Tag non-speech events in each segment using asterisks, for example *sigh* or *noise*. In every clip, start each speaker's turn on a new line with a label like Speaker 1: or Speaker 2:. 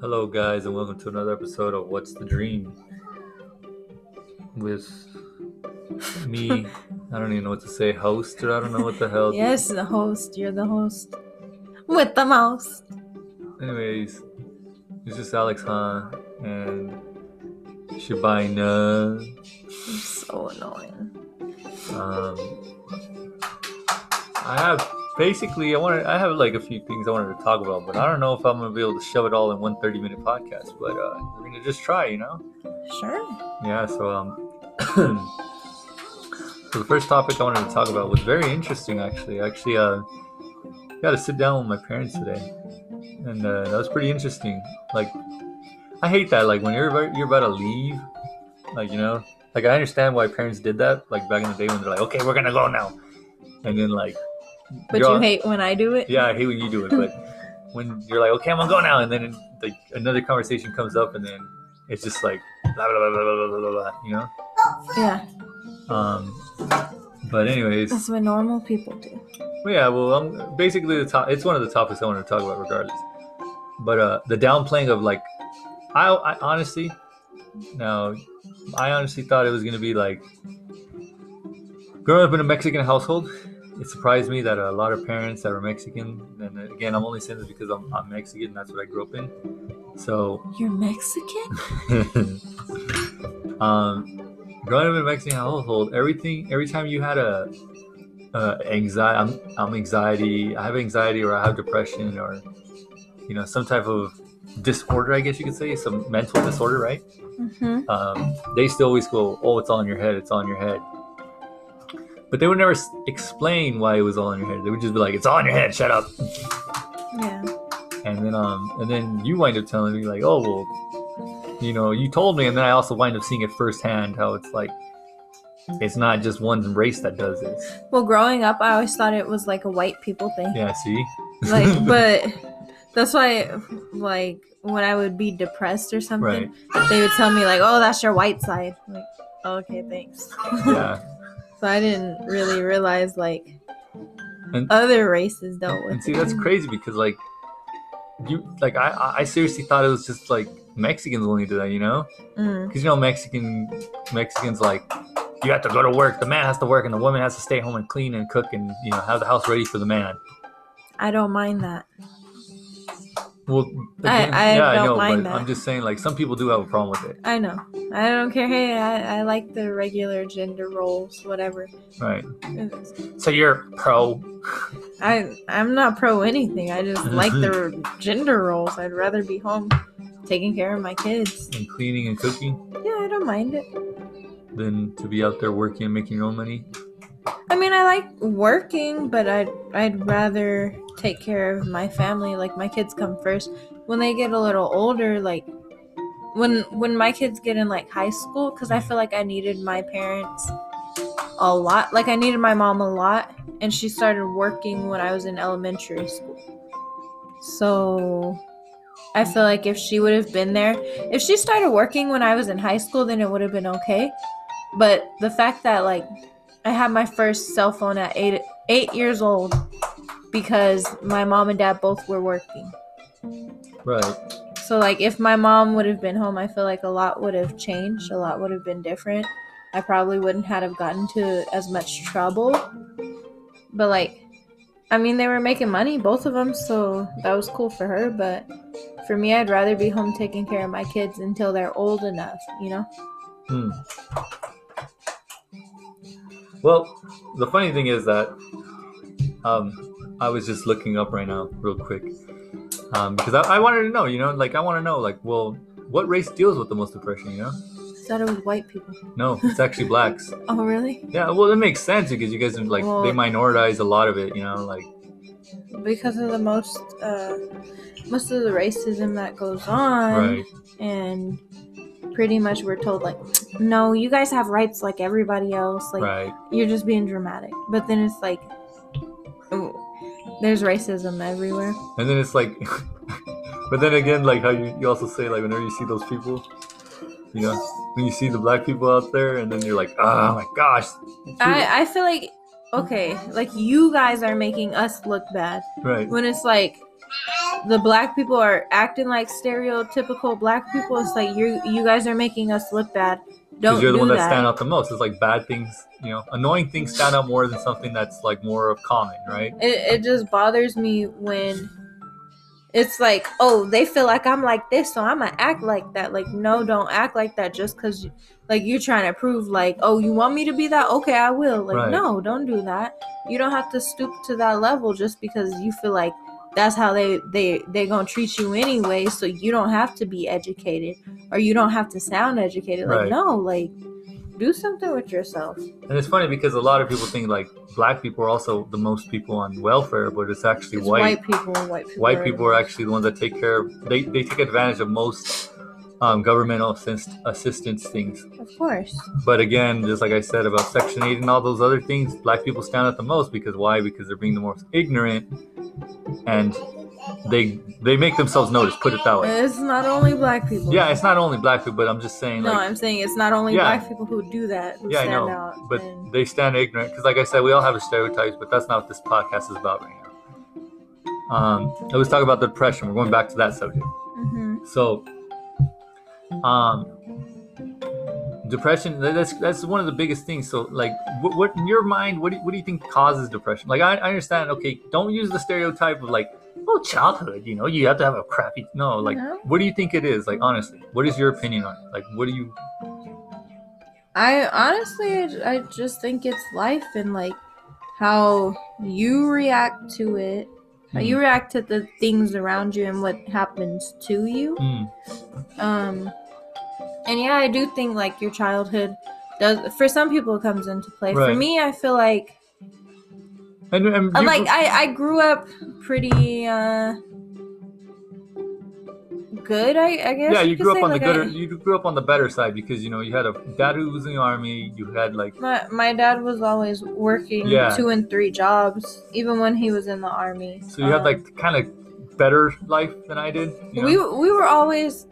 Speaker 1: Hello, guys, and welcome to another episode of What's the Dream with me. I don't even know what to say, host, or I don't know what the hell.
Speaker 2: Yes, the host. You're the host. With the mouse.
Speaker 1: Anyways, this is Alex Han and Shibina.
Speaker 2: So annoying.
Speaker 1: Um, I have basically I want I have like a few things I wanted to talk about, but I don't know if I'm gonna be able to shove it all in one 30 minute podcast. But uh, we're gonna just try, you know.
Speaker 2: Sure.
Speaker 1: Yeah, so um *clears throat* so the first topic I wanted to talk about was very interesting actually. Actually uh got to sit down with my parents today. And uh, that was pretty interesting. Like I hate that like when you're about, you're about to leave like you know like I understand why parents did that like back in the day when they're like okay, we're going to go now. And then like
Speaker 2: But
Speaker 1: you're
Speaker 2: you
Speaker 1: all-
Speaker 2: hate when I do it?
Speaker 1: yeah, I hate when you do it, but when you're like, okay, I'm gonna go now, and then like another conversation comes up, and then it's just like blah blah blah blah blah blah blah, blah you know.
Speaker 2: Yeah.
Speaker 1: Um, but anyways,
Speaker 2: That's what normal people do.
Speaker 1: well, yeah. Well, um basically the top. It's one of the topics I wanted to talk about, regardless. But uh, the downplaying of like, I, I honestly, no, I honestly thought it was gonna be like, growing up in a Mexican household. It surprised me that a lot of parents that were Mexican, and again, I'm only saying this because I'm, I'm Mexican. That's what I grew up in. So *laughs*
Speaker 2: You're Mexican?
Speaker 1: um, *laughs* growing up in a Um, Mexican household, everything, every time you had a, uh anxiety, I'm, I'm anxiety, I have anxiety or I have depression or, you know, some type of disorder, I guess you could say, some mental disorder, right?
Speaker 2: Mm-hmm.
Speaker 1: um, they still always go, "Oh, it's all in your head. It's all in your head." But they would never s- explain why it was all in your head. They would just be like, "It's all in your head. Shut up."
Speaker 2: Yeah.
Speaker 1: And then, um, and then you wind up telling me like, "Oh, well, you know, you told me," and then I also wind up seeing it firsthand how it's like, it's not just one race that does this.
Speaker 2: Well, growing up, I always thought it was like a white people thing.
Speaker 1: Yeah,
Speaker 2: *laughs*
Speaker 1: see. *laughs*
Speaker 2: Like, but that's why, like, when I would be depressed or
Speaker 1: Right.
Speaker 2: something, they would tell me, like, oh, that's your white side. Like, okay, thanks.
Speaker 1: Yeah.
Speaker 2: So I didn't really realize, like,
Speaker 1: And-
Speaker 2: other races dealt with
Speaker 1: And see,
Speaker 2: it.
Speaker 1: that's crazy because like you like I I- I seriously thought it was just like Mexicans only do that, you know?
Speaker 2: Mm.
Speaker 1: Because you know Mexican Mexicans like you have to go to work. The man has to work, and the woman has to stay home and clean and cook, and you know have the house ready for the man.
Speaker 2: I don't mind that.
Speaker 1: Well,
Speaker 2: I-
Speaker 1: again,
Speaker 2: I
Speaker 1: yeah, I
Speaker 2: don't
Speaker 1: know,
Speaker 2: mind
Speaker 1: but
Speaker 2: that.
Speaker 1: I'm just saying like some people do have a problem with it,
Speaker 2: I know. I don't care. Hey, I, I like the regular gender roles, whatever.
Speaker 1: right? So you're pro.
Speaker 2: I I'm not pro anything. I just like the gender roles. I'd rather be home taking care of my kids.
Speaker 1: And cleaning and cooking
Speaker 2: Yeah, I don't mind it.
Speaker 1: than to be out there working and making your own money.
Speaker 2: I mean, I like working, but I'd I'd rather take care of my family. Like my kids come first. When they get a little older, like when when my kids get in like high school, because I feel like I needed my parents a lot. Like I needed my mom a lot, and she started working when I was in elementary school. So I feel like if she would have been there, if she started working when I was in high school, then it would have been okay. But the fact that like I had my first cell phone at eight eight years old because my mom and dad both were working.
Speaker 1: Right.
Speaker 2: So like if my mom would have been home, I feel like a lot would have changed, a lot would have been different. I probably wouldn't have gotten to as much trouble. But like I mean they were making money both of them, so that was cool for her, but for me I'd rather be home taking care of my kids until they're old enough, you know?
Speaker 1: Hmm. Well, the funny thing is that um, I was just looking up right now, real quick, um, because I, I wanted to know, you know, like I want to know, like, well, what race deals with the most depression, you know?
Speaker 2: I thought it was white people.
Speaker 1: No, it's
Speaker 2: *laughs*
Speaker 1: actually blacks.
Speaker 2: Oh really?
Speaker 1: Yeah, well, that makes sense because you guys are like
Speaker 2: Well-
Speaker 1: they minoritize a lot of it, you know, like
Speaker 2: because of the most uh, most of the racism that goes on
Speaker 1: right,
Speaker 2: and pretty much we're told like no you guys have rights like everybody else like
Speaker 1: right,
Speaker 2: you're just being dramatic but then it's like oh, there's racism everywhere
Speaker 1: and then it's like, *laughs* but then again, like how you, you also say like whenever you see those people, you know, when you see the black people out there, and then you're like, oh my gosh,
Speaker 2: I, I feel like okay like you guys are making us look bad
Speaker 1: right.
Speaker 2: when it's like the black people are acting like stereotypical black people. It's like you you guys are making us look bad. Don't
Speaker 1: because you're the
Speaker 2: do
Speaker 1: one that,
Speaker 2: that.
Speaker 1: stand out the most. It's like bad things, you know, annoying things stand out more than something that's like more of common, right?
Speaker 2: It, it just bothers me when it's like, oh, they feel like I'm like this, so I'm gonna act like that. Like, no, don't act like that just because, like, you're trying to prove, like, oh, you want me to be that? Okay, I will. Like,
Speaker 1: Right.
Speaker 2: no, don't do that. You don't have to stoop to that level just because you feel like that's how they they they gonna treat you anyway. So you don't have to be educated or you don't have to sound educated. Like,
Speaker 1: Right.
Speaker 2: no, like, do something with yourself.
Speaker 1: And it's funny because a lot of people think like black people are also the most people on welfare, but it's actually
Speaker 2: It's
Speaker 1: white.
Speaker 2: white, people and white people.
Speaker 1: White people are actually the ones that take care of, they, they take advantage of most um, governmental assist, assistance things.
Speaker 2: of course.
Speaker 1: But again, just like I said about Section 8 and all those other things, black people stand out the most because why? Because they're being the most ignorant and they they make themselves notice, put it that way.
Speaker 2: It's not only black people.
Speaker 1: Yeah, it's not only black people, but I'm just saying,
Speaker 2: No,
Speaker 1: like,
Speaker 2: I'm saying it's not only
Speaker 1: Yeah.
Speaker 2: black people who do that who
Speaker 1: Yeah, I
Speaker 2: stand
Speaker 1: know,
Speaker 2: out.
Speaker 1: but
Speaker 2: and-
Speaker 1: they stand ignorant because, like I said, we all have our stereotypes, but that's not what this podcast is about right now. Um, I was talking about depression. We're going back to that subject.
Speaker 2: Mhm.
Speaker 1: So, um, depression tha- that's that's one of the biggest things so like what, what in your mind what do, you- what do you think causes depression like I, I understand okay don't use the stereotype of like oh childhood you know you have to have a crappy no like
Speaker 2: No.
Speaker 1: what do you think it is like honestly what is your opinion on it like what do you
Speaker 2: I honestly, I, I just think it's life and like how you react to it, how
Speaker 1: Hmm.
Speaker 2: you react to the things around you and what happens to you.
Speaker 1: Mm,
Speaker 2: Um, and yeah, I do think like your childhood does for some people it comes into play. For
Speaker 1: Right.
Speaker 2: me, I feel like
Speaker 1: and, and
Speaker 2: Uh,
Speaker 1: you-
Speaker 2: like I, I grew up pretty uh good I, I guess
Speaker 1: yeah, you
Speaker 2: could
Speaker 1: grew up
Speaker 2: say.
Speaker 1: on the
Speaker 2: Like,
Speaker 1: good.
Speaker 2: I-
Speaker 1: You grew up on the better side because you know you had a dad who was in the army. You had like
Speaker 2: my, my dad was always working
Speaker 1: Yeah.
Speaker 2: two and three jobs even when he was in the army
Speaker 1: so you had
Speaker 2: Um,
Speaker 1: like kind of better life than I did. You know?
Speaker 2: we we were always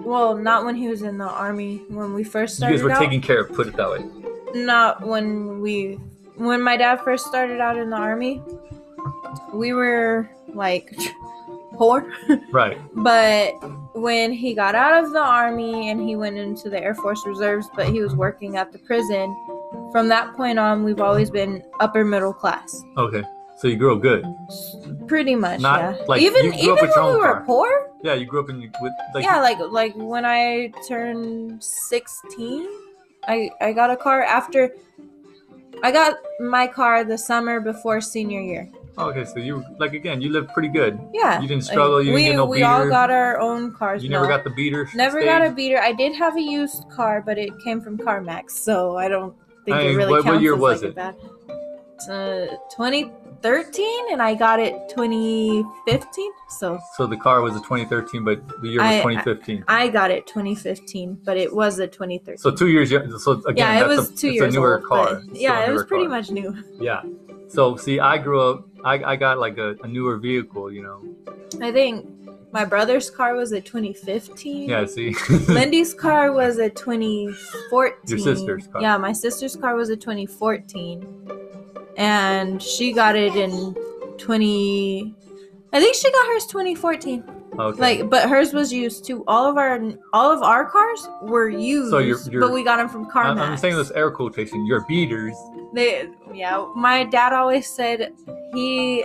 Speaker 2: well not when he was in the army when we first
Speaker 1: you
Speaker 2: started
Speaker 1: guys were
Speaker 2: out
Speaker 1: taking care of. Put it that way.
Speaker 2: not when we when my dad first started out in the army we were like *laughs* poor
Speaker 1: Right.
Speaker 2: But when he got out of the army and he went into the Air Force Reserves, but he was working at the prison, from that point on, we've always been upper middle class,
Speaker 1: Okay. So you grew up good.
Speaker 2: pretty much.
Speaker 1: Not-
Speaker 2: yeah.
Speaker 1: like,
Speaker 2: even
Speaker 1: you grew
Speaker 2: even
Speaker 1: up with your
Speaker 2: when
Speaker 1: own
Speaker 2: we were
Speaker 1: car.
Speaker 2: poor.
Speaker 1: Yeah, you grew up in with like.
Speaker 2: yeah, like like when I turned sixteen, I I got a car after. I got my car the summer before senior year.
Speaker 1: oh, Okay, so you like again, you lived pretty good.
Speaker 2: Yeah.
Speaker 1: You didn't
Speaker 2: Like,
Speaker 1: struggle. you
Speaker 2: we
Speaker 1: didn't get no
Speaker 2: we
Speaker 1: beater.
Speaker 2: all got our own cars.
Speaker 1: you never
Speaker 2: no.
Speaker 1: got the beater.
Speaker 2: Never
Speaker 1: stage.
Speaker 2: got a beater. I did have a used car, but it came from CarMax, so I don't think
Speaker 1: Hey,
Speaker 2: it really
Speaker 1: what- what
Speaker 2: counts.
Speaker 1: year
Speaker 2: as,
Speaker 1: was
Speaker 2: like,
Speaker 1: it?
Speaker 2: a bad- Uh, 2013, and I got it 2015. So
Speaker 1: So the car was a 2013, but the year was
Speaker 2: I- I-
Speaker 1: 2015.
Speaker 2: I got it 2015, but but it was a 2013.
Speaker 1: so two years. yo- So again,
Speaker 2: yeah, it
Speaker 1: that's
Speaker 2: was
Speaker 1: a,
Speaker 2: two
Speaker 1: it's
Speaker 2: years
Speaker 1: a newer
Speaker 2: old.
Speaker 1: car.
Speaker 2: but
Speaker 1: It's still
Speaker 2: yeah,
Speaker 1: a
Speaker 2: it was
Speaker 1: newer
Speaker 2: pretty
Speaker 1: car.
Speaker 2: much new.
Speaker 1: Yeah. So see, I grew up. I, I got like a, a newer vehicle, you know.
Speaker 2: I think my brother's car was a 2015.
Speaker 1: Yeah. See. *laughs*
Speaker 2: *clears throat* Lindy's car was a 2014.
Speaker 1: Your sister's car.
Speaker 2: Yeah, my sister's car was a 2014. And she got it in 20 I think she got hers 2014.
Speaker 1: okay.
Speaker 2: Like but hers was used too. All of our all of our cars were used,
Speaker 1: you're- you're-
Speaker 2: but we got them from CarMax.
Speaker 1: I'm, I'm saying this air quotation. Your beaters.
Speaker 2: They yeah, my dad always said he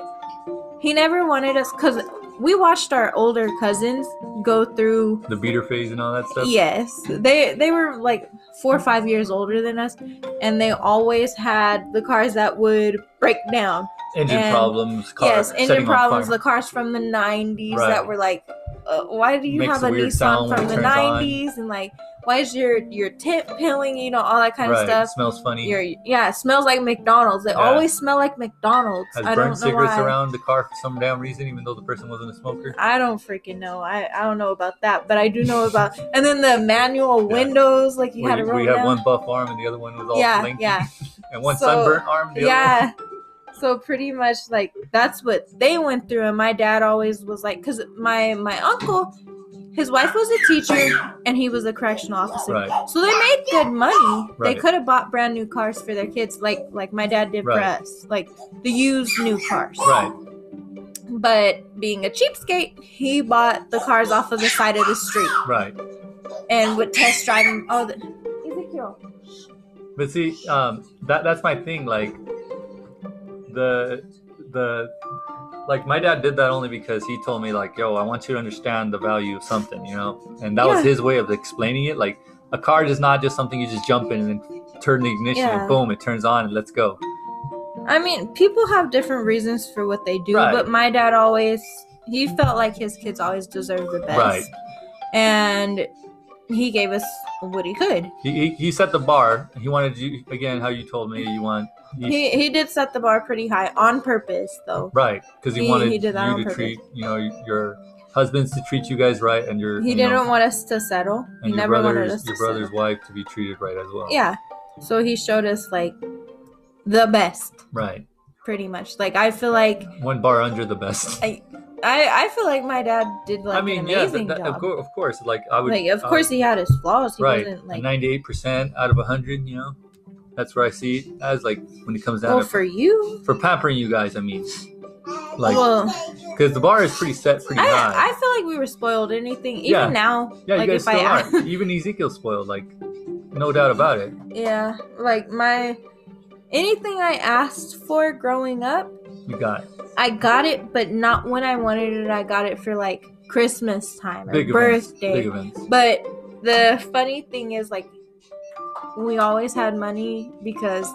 Speaker 2: he never wanted us cuz we watched our older cousins go through
Speaker 1: the beater phase and all that stuff.
Speaker 2: Yes, they they were like four or five years older than us, and they always had the cars that would break down.
Speaker 1: Engine
Speaker 2: And-
Speaker 1: problems. Car,
Speaker 2: yes, engine
Speaker 1: setting on
Speaker 2: problems.
Speaker 1: fire.
Speaker 2: The cars from the '90s
Speaker 1: Right.
Speaker 2: that were like, uh, why do you
Speaker 1: Makes
Speaker 2: have
Speaker 1: a
Speaker 2: a
Speaker 1: weird sound
Speaker 2: Nissan
Speaker 1: when
Speaker 2: from
Speaker 1: it
Speaker 2: the
Speaker 1: turns on.
Speaker 2: '90s and like, why is your your tint peeling? You know, all that kind
Speaker 1: right.
Speaker 2: of stuff.
Speaker 1: Smells funny.
Speaker 2: Your yeah, it smells like McDonald's. They
Speaker 1: Yeah.
Speaker 2: always smell like McDonald's.
Speaker 1: has
Speaker 2: I
Speaker 1: burned
Speaker 2: don't know
Speaker 1: cigarettes
Speaker 2: why.
Speaker 1: around the car for some damn reason, even though the person wasn't a smoker.
Speaker 2: I don't freaking know. I, I don't know about that, but I do know about. And then the manual windows, like you
Speaker 1: We,
Speaker 2: had to roll
Speaker 1: we had
Speaker 2: down.
Speaker 1: one buff arm and the other one was all
Speaker 2: yeah,
Speaker 1: lanky, *laughs*
Speaker 2: yeah.
Speaker 1: and one
Speaker 2: So,
Speaker 1: sunburnt arm. The
Speaker 2: yeah so pretty much like that's what they went through and my dad always was like because my my uncle his wife was a teacher and he was a correctional officer
Speaker 1: Other one. Right.
Speaker 2: so they made good money
Speaker 1: Right.
Speaker 2: they could have bought brand new cars for their kids like like my dad did
Speaker 1: Right.
Speaker 2: for us like the used new cars
Speaker 1: Right.
Speaker 2: But being a cheapskate, he bought the cars off of the side of the street
Speaker 1: right.
Speaker 2: and would test drive them. Oh, the- Ezekiel.
Speaker 1: But see, um, that that's my thing. Like the the like my dad did that only because he told me like, "Yo, I want you to understand the value of something," you know. And that was
Speaker 2: Yeah.
Speaker 1: his way of explaining it. Like a car is not just something you just jump in and then turn the ignition
Speaker 2: Yeah.
Speaker 1: and boom, it turns on and let's go.
Speaker 2: I mean, people have different reasons for what they do,
Speaker 1: Right.
Speaker 2: but my dad always he felt like his kids always deserved the best.
Speaker 1: Right.
Speaker 2: And he gave us what he could.
Speaker 1: He, he he set the bar. He wanted you again how you told me you want. He,
Speaker 2: He he did set the bar pretty high on purpose though.
Speaker 1: right because he,
Speaker 2: He-
Speaker 1: wanted
Speaker 2: he did that
Speaker 1: you
Speaker 2: on
Speaker 1: to
Speaker 2: purpose.
Speaker 1: treat you know your husbands to treat you guys right and your
Speaker 2: He
Speaker 1: you know,
Speaker 2: didn't want us to settle. He
Speaker 1: and your
Speaker 2: never wanted us
Speaker 1: brothers
Speaker 2: to
Speaker 1: your brother's
Speaker 2: settle.
Speaker 1: wife to be treated right as well.
Speaker 2: Yeah. So he showed us like the best,
Speaker 1: Right.
Speaker 2: pretty much. Like I feel like
Speaker 1: One bar under the best.
Speaker 2: I I, I feel like my dad did like
Speaker 1: *laughs* I mean,
Speaker 2: an
Speaker 1: yeah,
Speaker 2: amazing
Speaker 1: that, that,
Speaker 2: job.
Speaker 1: of, course, of course. Like I would.
Speaker 2: like of
Speaker 1: I
Speaker 2: course he had his flaws. He
Speaker 1: right.
Speaker 2: wasn't like
Speaker 1: Ninety-eight percent out of hundred. You know, that's where I see it as like when it comes down
Speaker 2: well
Speaker 1: to
Speaker 2: for you.
Speaker 1: for pampering you guys. I mean, like
Speaker 2: well,
Speaker 1: because the bar is pretty set, pretty high.
Speaker 2: I, I feel like we were spoiled. Anything, even
Speaker 1: Yeah.
Speaker 2: now,
Speaker 1: yeah,
Speaker 2: like
Speaker 1: you guys
Speaker 2: if I
Speaker 1: still
Speaker 2: ask- *laughs*
Speaker 1: are. Even Ezekiel's spoiled. Like no doubt about it.
Speaker 2: yeah, like my anything I asked for growing up,
Speaker 1: You got it.
Speaker 2: I got it, but not when I wanted it. I got it for like Christmas time or
Speaker 1: big events.
Speaker 2: birthday.
Speaker 1: Big events.
Speaker 2: But the funny thing is, like, we always had money because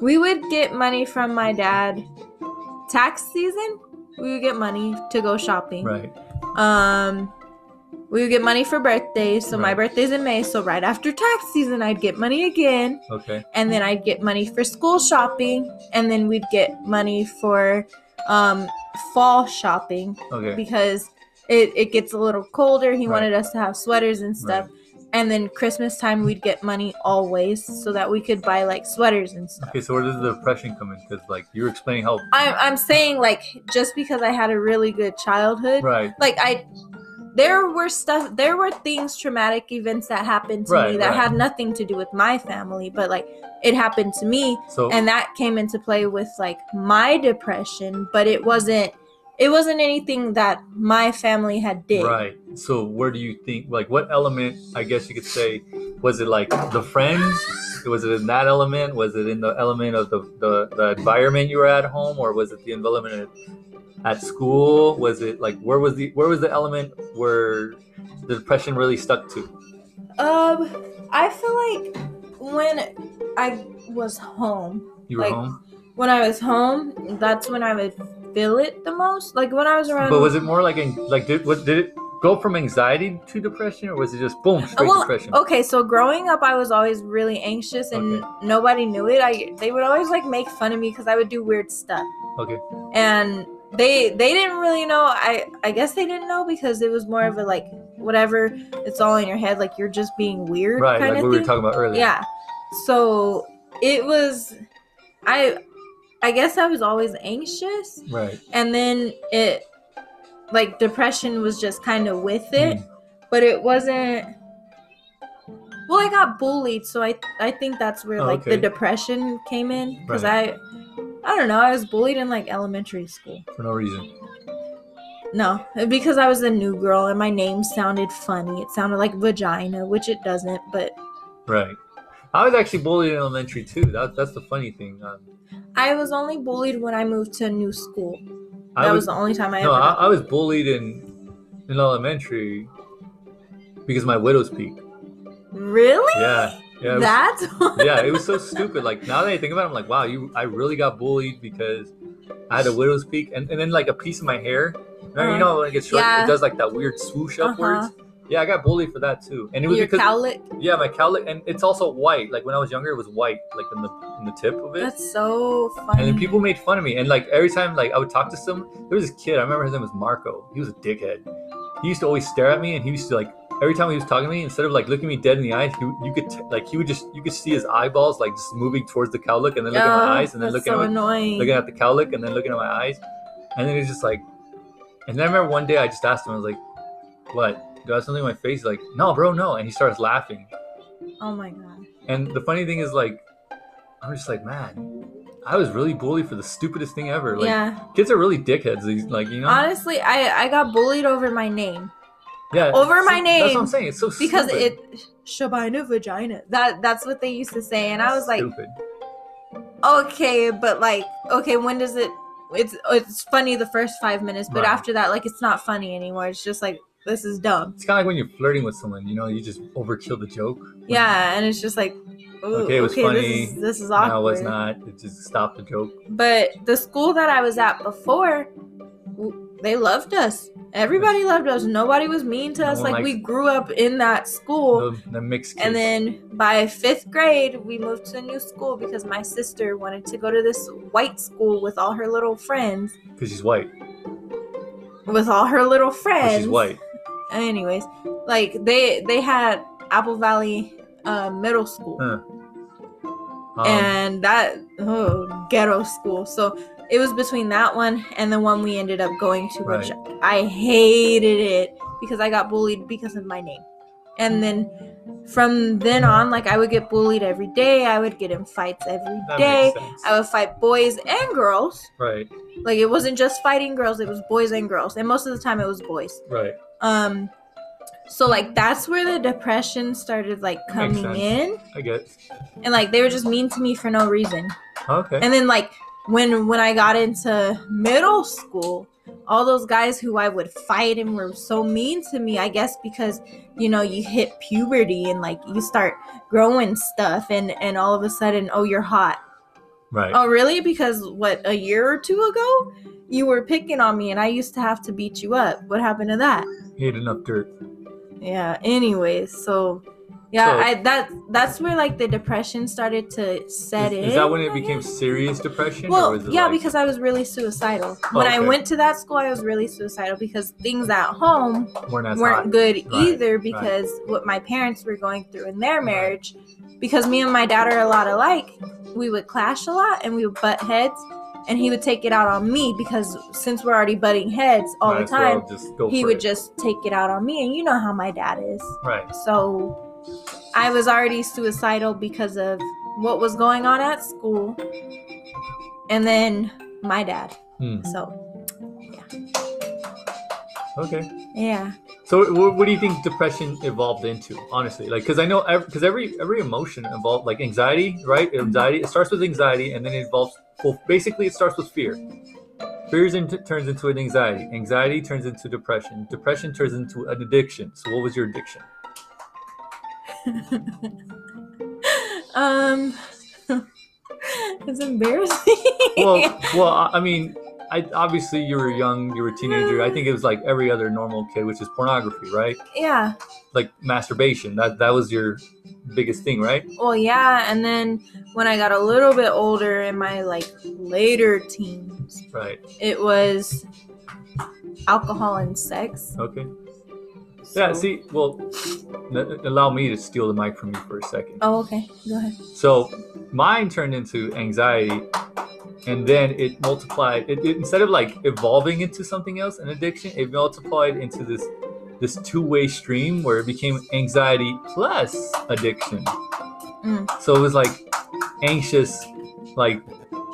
Speaker 2: we would get money from my dad. Tax season, we would get money to go shopping.
Speaker 1: Right.
Speaker 2: Um, we would get money for birthdays. So my
Speaker 1: Right.
Speaker 2: birthday's in May. So right after tax season, I'd get money again,
Speaker 1: Okay.
Speaker 2: and then I'd get money for school shopping, and then we'd get money for um, fall shopping
Speaker 1: Okay.
Speaker 2: because it, it gets a little colder. He
Speaker 1: Right.
Speaker 2: wanted us to have sweaters and stuff. And then Christmas time, we'd get money always so that we could buy like sweaters and stuff.
Speaker 1: Okay. So where does the depression come in? Because like you were explaining how.
Speaker 2: I'm, I'm saying, like, just because I had a really good childhood,
Speaker 1: Right.
Speaker 2: like, I. There were stuff. There were things, traumatic events that happened to me
Speaker 1: Right,
Speaker 2: that
Speaker 1: right.
Speaker 2: had nothing to do with my family, but like it happened to me,
Speaker 1: So
Speaker 2: and that came into play with like my depression. But it wasn't. It wasn't anything that my family had did.
Speaker 1: Right. So where do you think like what element I guess you could say was it like the friends? Was it in that element? Was it in the element of the, the, the environment you were at home or was it the environment at, at school? Was it like where was the where was the element where the depression really stuck to?
Speaker 2: Um, I feel like when I was home,
Speaker 1: You were
Speaker 2: Like,
Speaker 1: home?
Speaker 2: when I was home, that's when I would feel it the most. Like when I was around.
Speaker 1: But was it more like an- like did what did it go from anxiety to depression or was it just boom straight
Speaker 2: well,
Speaker 1: depression?
Speaker 2: okay, so growing up, I was always really anxious, and nobody knew it. I they would always like make fun of me because I would do weird stuff.
Speaker 1: Okay.
Speaker 2: And they they didn't really know. I I guess they didn't know because it was more of a like whatever. It's all in your head. Like you're just being weird.
Speaker 1: Right,
Speaker 2: kind
Speaker 1: like
Speaker 2: of
Speaker 1: what we
Speaker 2: thing.
Speaker 1: were talking about earlier.
Speaker 2: Yeah. So it was I I guess I was always anxious
Speaker 1: Right.
Speaker 2: and then it like depression was just kind of with it,
Speaker 1: Mm.
Speaker 2: but it wasn't Well, I got bullied, so I I think that's where
Speaker 1: Oh,
Speaker 2: like the
Speaker 1: okay.
Speaker 2: depression came in cuz
Speaker 1: Right.
Speaker 2: I I don't know, I was bullied in like elementary school.
Speaker 1: For no reason.
Speaker 2: No, because I was a new girl and my name sounded funny. It sounded like vagina, which it doesn't, but
Speaker 1: Right. I was actually bullied in elementary too. That, that's the funny thing. Um,
Speaker 2: I was only bullied when I moved to a new school.
Speaker 1: I
Speaker 2: that was,
Speaker 1: was,
Speaker 2: the only time I
Speaker 1: no,
Speaker 2: ever.
Speaker 1: I, I was bullied in in elementary because of my widow's peak.
Speaker 2: really?
Speaker 1: Yeah, yeah, it was-
Speaker 2: That's what-
Speaker 1: yeah. *laughs* It was so stupid. Like now that I think about it, I'm like, wow, you. I really got bullied because I had a widow's peak, and, and then like a piece of my hair. Remember,
Speaker 2: Uh-huh.
Speaker 1: you know when it gets short,
Speaker 2: Yeah.
Speaker 1: it does like that weird swoosh
Speaker 2: Uh-huh.
Speaker 1: upwards. Yeah, I got bullied for that too, and it was
Speaker 2: *laughs* your
Speaker 1: because
Speaker 2: cowlick.
Speaker 1: yeah, my cowlick, and it's also white. Like when I was younger, it was white, like in the in the tip of it.
Speaker 2: That's so funny.
Speaker 1: And then people made fun of me. And like every time like I would talk to some there was this kid, I remember his name was Marco. He was a dickhead. He used to always stare at me and he used to like every time he was talking to me, instead of like looking me dead in the eyes, he, you could t- like he would just you could see his eyeballs like just moving towards the cowlick and then looking at
Speaker 2: Oh,
Speaker 1: my eyes and then
Speaker 2: that's
Speaker 1: looking
Speaker 2: so
Speaker 1: at my,
Speaker 2: annoying.
Speaker 1: looking at the cowlick and then looking at my eyes. And then he's just like and then I remember one day I just asked him, I was like, What? Do I have something on my face? He's like, No, bro, no. And he starts laughing.
Speaker 2: oh my god.
Speaker 1: And the funny thing is like I'm just like, man, I was really bullied for the stupidest thing ever. Like
Speaker 2: yeah. Uh,
Speaker 1: kids are really dickheads. These like you know.
Speaker 2: Honestly, I I got bullied over my name
Speaker 1: yeah.
Speaker 2: over
Speaker 1: it's
Speaker 2: my
Speaker 1: so- That's what
Speaker 2: name,
Speaker 1: I'm saying. It's so
Speaker 2: because
Speaker 1: stupid.
Speaker 2: it Shabina vagina. That that's what they used to say, and I was like,
Speaker 1: stupid.
Speaker 2: okay, but like, okay, when does it? It's it's funny the first five minutes, but
Speaker 1: Right.
Speaker 2: after that, like, it's not funny anymore. It's just like this is dumb.
Speaker 1: It's kind of like when you're flirting with someone. You know, you just overkill the joke.
Speaker 2: Yeah, and it's just like, ooh,
Speaker 1: Okay, it was funny.
Speaker 2: This is, this is awkward.
Speaker 1: No, it's not. It just stopped the joke.
Speaker 2: But the school that I was at before, w- they loved us. Everybody loved us. Nobody was mean to
Speaker 1: No
Speaker 2: us.
Speaker 1: one
Speaker 2: Like we
Speaker 1: likes-
Speaker 2: grew up in that school.
Speaker 1: The, the mixed. kids.
Speaker 2: And then by fifth grade, we moved to a new school because my sister wanted to go to this white school with all her little friends.
Speaker 1: because she's white,
Speaker 2: With all her little
Speaker 1: 'Cause
Speaker 2: friends.
Speaker 1: she's white.
Speaker 2: Anyways, like they they had Apple Valley uh, Middle School,
Speaker 1: Huh. Um,
Speaker 2: and that oh, ghetto school. So it was between that one and the one we ended up going to, which I hated it because I got bullied because of my name. And then from then on, like I would get bullied every day. I would get in fights every
Speaker 1: that
Speaker 2: day.
Speaker 1: makes sense.
Speaker 2: I would fight boys and girls.
Speaker 1: right,
Speaker 2: Like it wasn't just fighting girls; it was boys and girls, and most of the time it was boys.
Speaker 1: right.
Speaker 2: Um, so like that's where the depression started like
Speaker 1: Makes
Speaker 2: coming
Speaker 1: sense.
Speaker 2: in,
Speaker 1: I guess.
Speaker 2: and like they were just mean to me for no reason.
Speaker 1: Okay.
Speaker 2: And then like when when I got into middle school, all those guys who I would fight and were so mean to me, I guess because you know you hit puberty and like you start growing stuff, and and all of a sudden oh you're hot.
Speaker 1: right.
Speaker 2: Oh really? Because what a year or two ago. You were picking on me, and I used to have to beat you up. What happened to that?
Speaker 1: He had enough dirt.
Speaker 2: yeah anyways so yeah
Speaker 1: So-
Speaker 2: i that that's where like the depression started to set in
Speaker 1: Is, is that when it
Speaker 2: I
Speaker 1: became
Speaker 2: guess.
Speaker 1: serious depression? or
Speaker 2: well
Speaker 1: was it
Speaker 2: yeah
Speaker 1: like, Oh,
Speaker 2: because i was really suicidal when i
Speaker 1: okay.
Speaker 2: went to that school i was really suicidal because things at home
Speaker 1: weren't as
Speaker 2: weren't
Speaker 1: hot.
Speaker 2: good
Speaker 1: Right,
Speaker 2: either because what my parents were going through in their marriage because me and my dad are a lot alike we would clash a lot and we would butt heads and he would take it out on me because since we're already butting heads all
Speaker 1: Might
Speaker 2: the
Speaker 1: as well
Speaker 2: time
Speaker 1: just go
Speaker 2: he
Speaker 1: for
Speaker 2: would
Speaker 1: it.
Speaker 2: just take it out on me and you know how my dad is
Speaker 1: Right.
Speaker 2: so I was already suicidal because of what was going on at school and then my dad.
Speaker 1: Hmm.
Speaker 2: So,
Speaker 1: Okay.
Speaker 2: yeah.
Speaker 1: So, wh- what do you think depression evolved into? Honestly, like, because I know because every every emotion involved, like anxiety, right?
Speaker 2: Mm-hmm.
Speaker 1: Anxiety. It starts with anxiety, and then it evolves. Well, basically, it starts with fear. Fear in turns into an anxiety. Anxiety turns into depression. Depression turns into an addiction. So, what was your addiction?
Speaker 2: *laughs* Um *laughs* it's embarrassing.
Speaker 1: Well, well, I I mean, I obviously you were young, you were a teenager. I think it was like every other normal kid, which is pornography, right?
Speaker 2: *laughs* yeah.
Speaker 1: Like masturbation. That that was your biggest thing, right?
Speaker 2: Well, yeah, and then when I got a little bit older in my like later teens,
Speaker 1: Right.
Speaker 2: it was alcohol and sex.
Speaker 1: Okay. Yeah,
Speaker 2: So-
Speaker 1: see, well, n- allow me to steal the mic from you for a second.
Speaker 2: Oh, okay. Go ahead.
Speaker 1: So mine turned into anxiety, and then it multiplied. It, it instead of like evolving into something else, an addiction, it multiplied into this this two way stream where it became anxiety plus addiction.
Speaker 2: Mm.
Speaker 1: So it was like anxious, like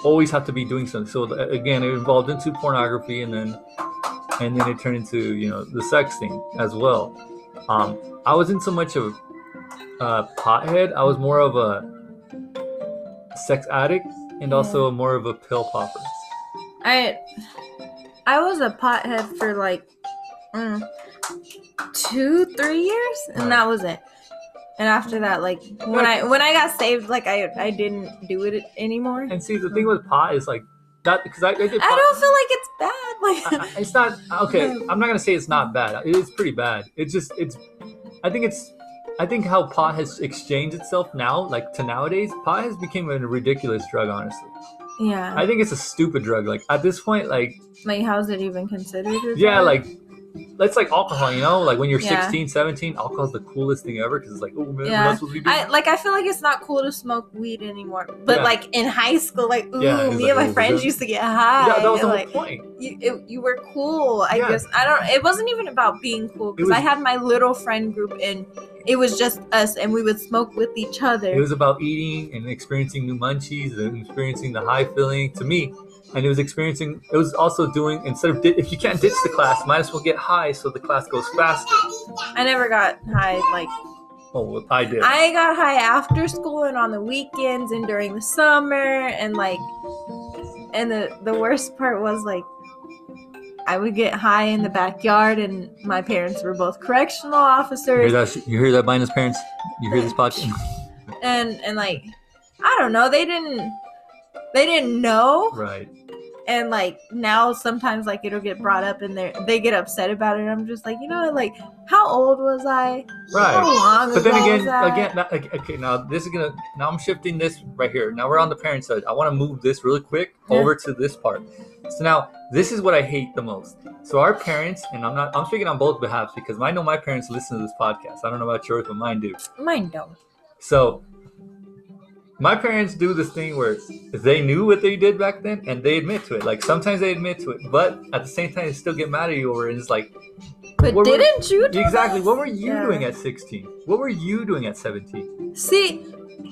Speaker 1: always have to be doing something. So uh, again, it evolved into pornography, and then and then it turned into you know the sex thing as well. Um, I wasn't so much of a pothead. I was more of a sex addict and
Speaker 2: Yeah.
Speaker 1: also more of a pill popper.
Speaker 2: I I was a pothead for like mm, two, three years, and
Speaker 1: Right.
Speaker 2: that was it. And after that, like when I when I got saved, like I I didn't do it anymore.
Speaker 1: And see, the thing with pot is like that because I, I did. pot-
Speaker 2: I don't feel like it's bad. Like
Speaker 1: I- I- it's not
Speaker 2: *laughs*
Speaker 1: okay. I'm not gonna say it's not bad. It's pretty bad. It's just it's. I think it's. I think how pot has exchanged itself now, like to nowadays, pot has become a ridiculous drug. Honestly,
Speaker 2: *laughs* yeah,
Speaker 1: I think it's a stupid drug. Like at this point, like
Speaker 2: like how's it even considered? as
Speaker 1: yeah,
Speaker 2: bad?
Speaker 1: like It's like alcohol, you know? Like when you're
Speaker 2: Yeah.
Speaker 1: 16, 17, alcohol is the coolest thing ever because it's like, oh man, we're
Speaker 2: Yeah.
Speaker 1: not supposed to be doing
Speaker 2: I like. I feel like it's not cool to smoke weed anymore. But
Speaker 1: Yeah.
Speaker 2: like in high school, like ooh,
Speaker 1: Yeah, it's
Speaker 2: me
Speaker 1: like,
Speaker 2: and
Speaker 1: "Oh,
Speaker 2: my
Speaker 1: we're
Speaker 2: friends
Speaker 1: good."
Speaker 2: used to get high.
Speaker 1: Yeah, that was the whole
Speaker 2: like,
Speaker 1: point.
Speaker 2: you, it, you were cool. I
Speaker 1: Yeah.
Speaker 2: guess I don't. It wasn't even about being cool because
Speaker 1: was-
Speaker 2: I had my little friend group and it was just us and we would smoke with each other.
Speaker 1: It was about eating and experiencing new munchies and experiencing the high feeling to me. And it was experiencing, it was also doing, instead of, di- if you can't ditch the class, might as well get high so the class goes faster.
Speaker 2: I never got high. Like
Speaker 1: Oh, well, I did.
Speaker 2: I got high after school and on the weekends and during the summer and like. And the the worst part was like. I would get high in the backyard, and my parents were both correctional
Speaker 1: you, hear
Speaker 2: officers,
Speaker 1: that, you hear that, Binance parents? You hear this podcast?
Speaker 2: and and like, I don't know, they didn't, they didn't know,
Speaker 1: right.
Speaker 2: and like now sometimes like it'll get brought up and they they get upset about it. I'm just like, you know, what, like how old was I? How
Speaker 1: Right.
Speaker 2: long
Speaker 1: But then
Speaker 2: ago
Speaker 1: again,
Speaker 2: was I?
Speaker 1: again, now- okay, okay, now this is gonna, now I'm shifting this right here. Now we're on the parent side. I wanna move this really quick
Speaker 2: Yeah.
Speaker 1: over to this part. So now, this is what I hate the most. So our parents, and I'm not, I'm speaking on both behalves because I know my parents listen to this podcast. I don't know about yours, but mine do.
Speaker 2: mine don't.
Speaker 1: So my parents do this thing where they knew what they did back then and they admit to it. Like sometimes they admit to it, but at the same time they still get mad at you over it. And it's like
Speaker 2: But
Speaker 1: What were-
Speaker 2: didn't you do
Speaker 1: exactly
Speaker 2: this?
Speaker 1: what were you
Speaker 2: Yeah.
Speaker 1: doing at 16? What were you doing at 17?
Speaker 2: See,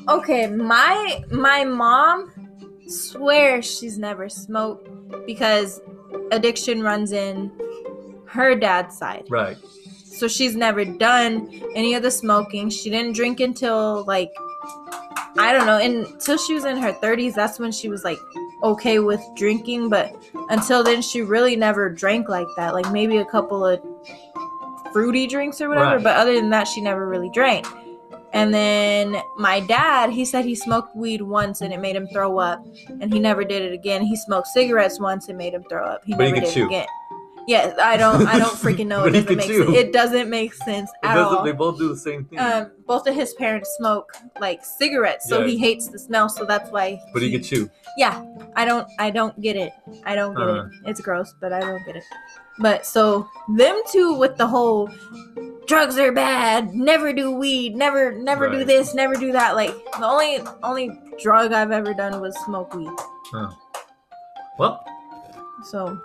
Speaker 2: okay, my my mom swears she's never smoked because addiction runs in her dad's side.
Speaker 1: Right.
Speaker 2: So she's never done any of the smoking. She didn't drink until like I don't know, until she was in her 30s. That's when she was like okay with drinking, but until then she really never drank like that. Like maybe a couple of fruity drinks or whatever,
Speaker 1: Right.
Speaker 2: but other than that she never really drank. And then my dad, he said he smoked weed once and it made him throw up, and he never did it again. He smoked cigarettes once and made him throw up. He
Speaker 1: But he could
Speaker 2: never did
Speaker 1: chew.
Speaker 2: it again. Yeah, I don't, I don't freaking know.
Speaker 1: *laughs*
Speaker 2: it
Speaker 1: But he
Speaker 2: doesn't
Speaker 1: could
Speaker 2: make
Speaker 1: chew.
Speaker 2: sense. It doesn't make sense
Speaker 1: It
Speaker 2: at
Speaker 1: doesn't,
Speaker 2: all.
Speaker 1: they both do the same thing.
Speaker 2: Um, both of his parents smoke like cigarettes, so
Speaker 1: Yeah.
Speaker 2: he hates the smell. So that's why.
Speaker 1: but he could chew.
Speaker 2: Yeah, I don't, I don't get it. I don't get
Speaker 1: Uh-huh.
Speaker 2: it. It's gross, but I don't get it. But so them two with the whole drugs are bad, never do weed, never, never do
Speaker 1: Right.
Speaker 2: this, never do that. Like the only, only drug I've ever done was smoke weed.
Speaker 1: Well,
Speaker 2: So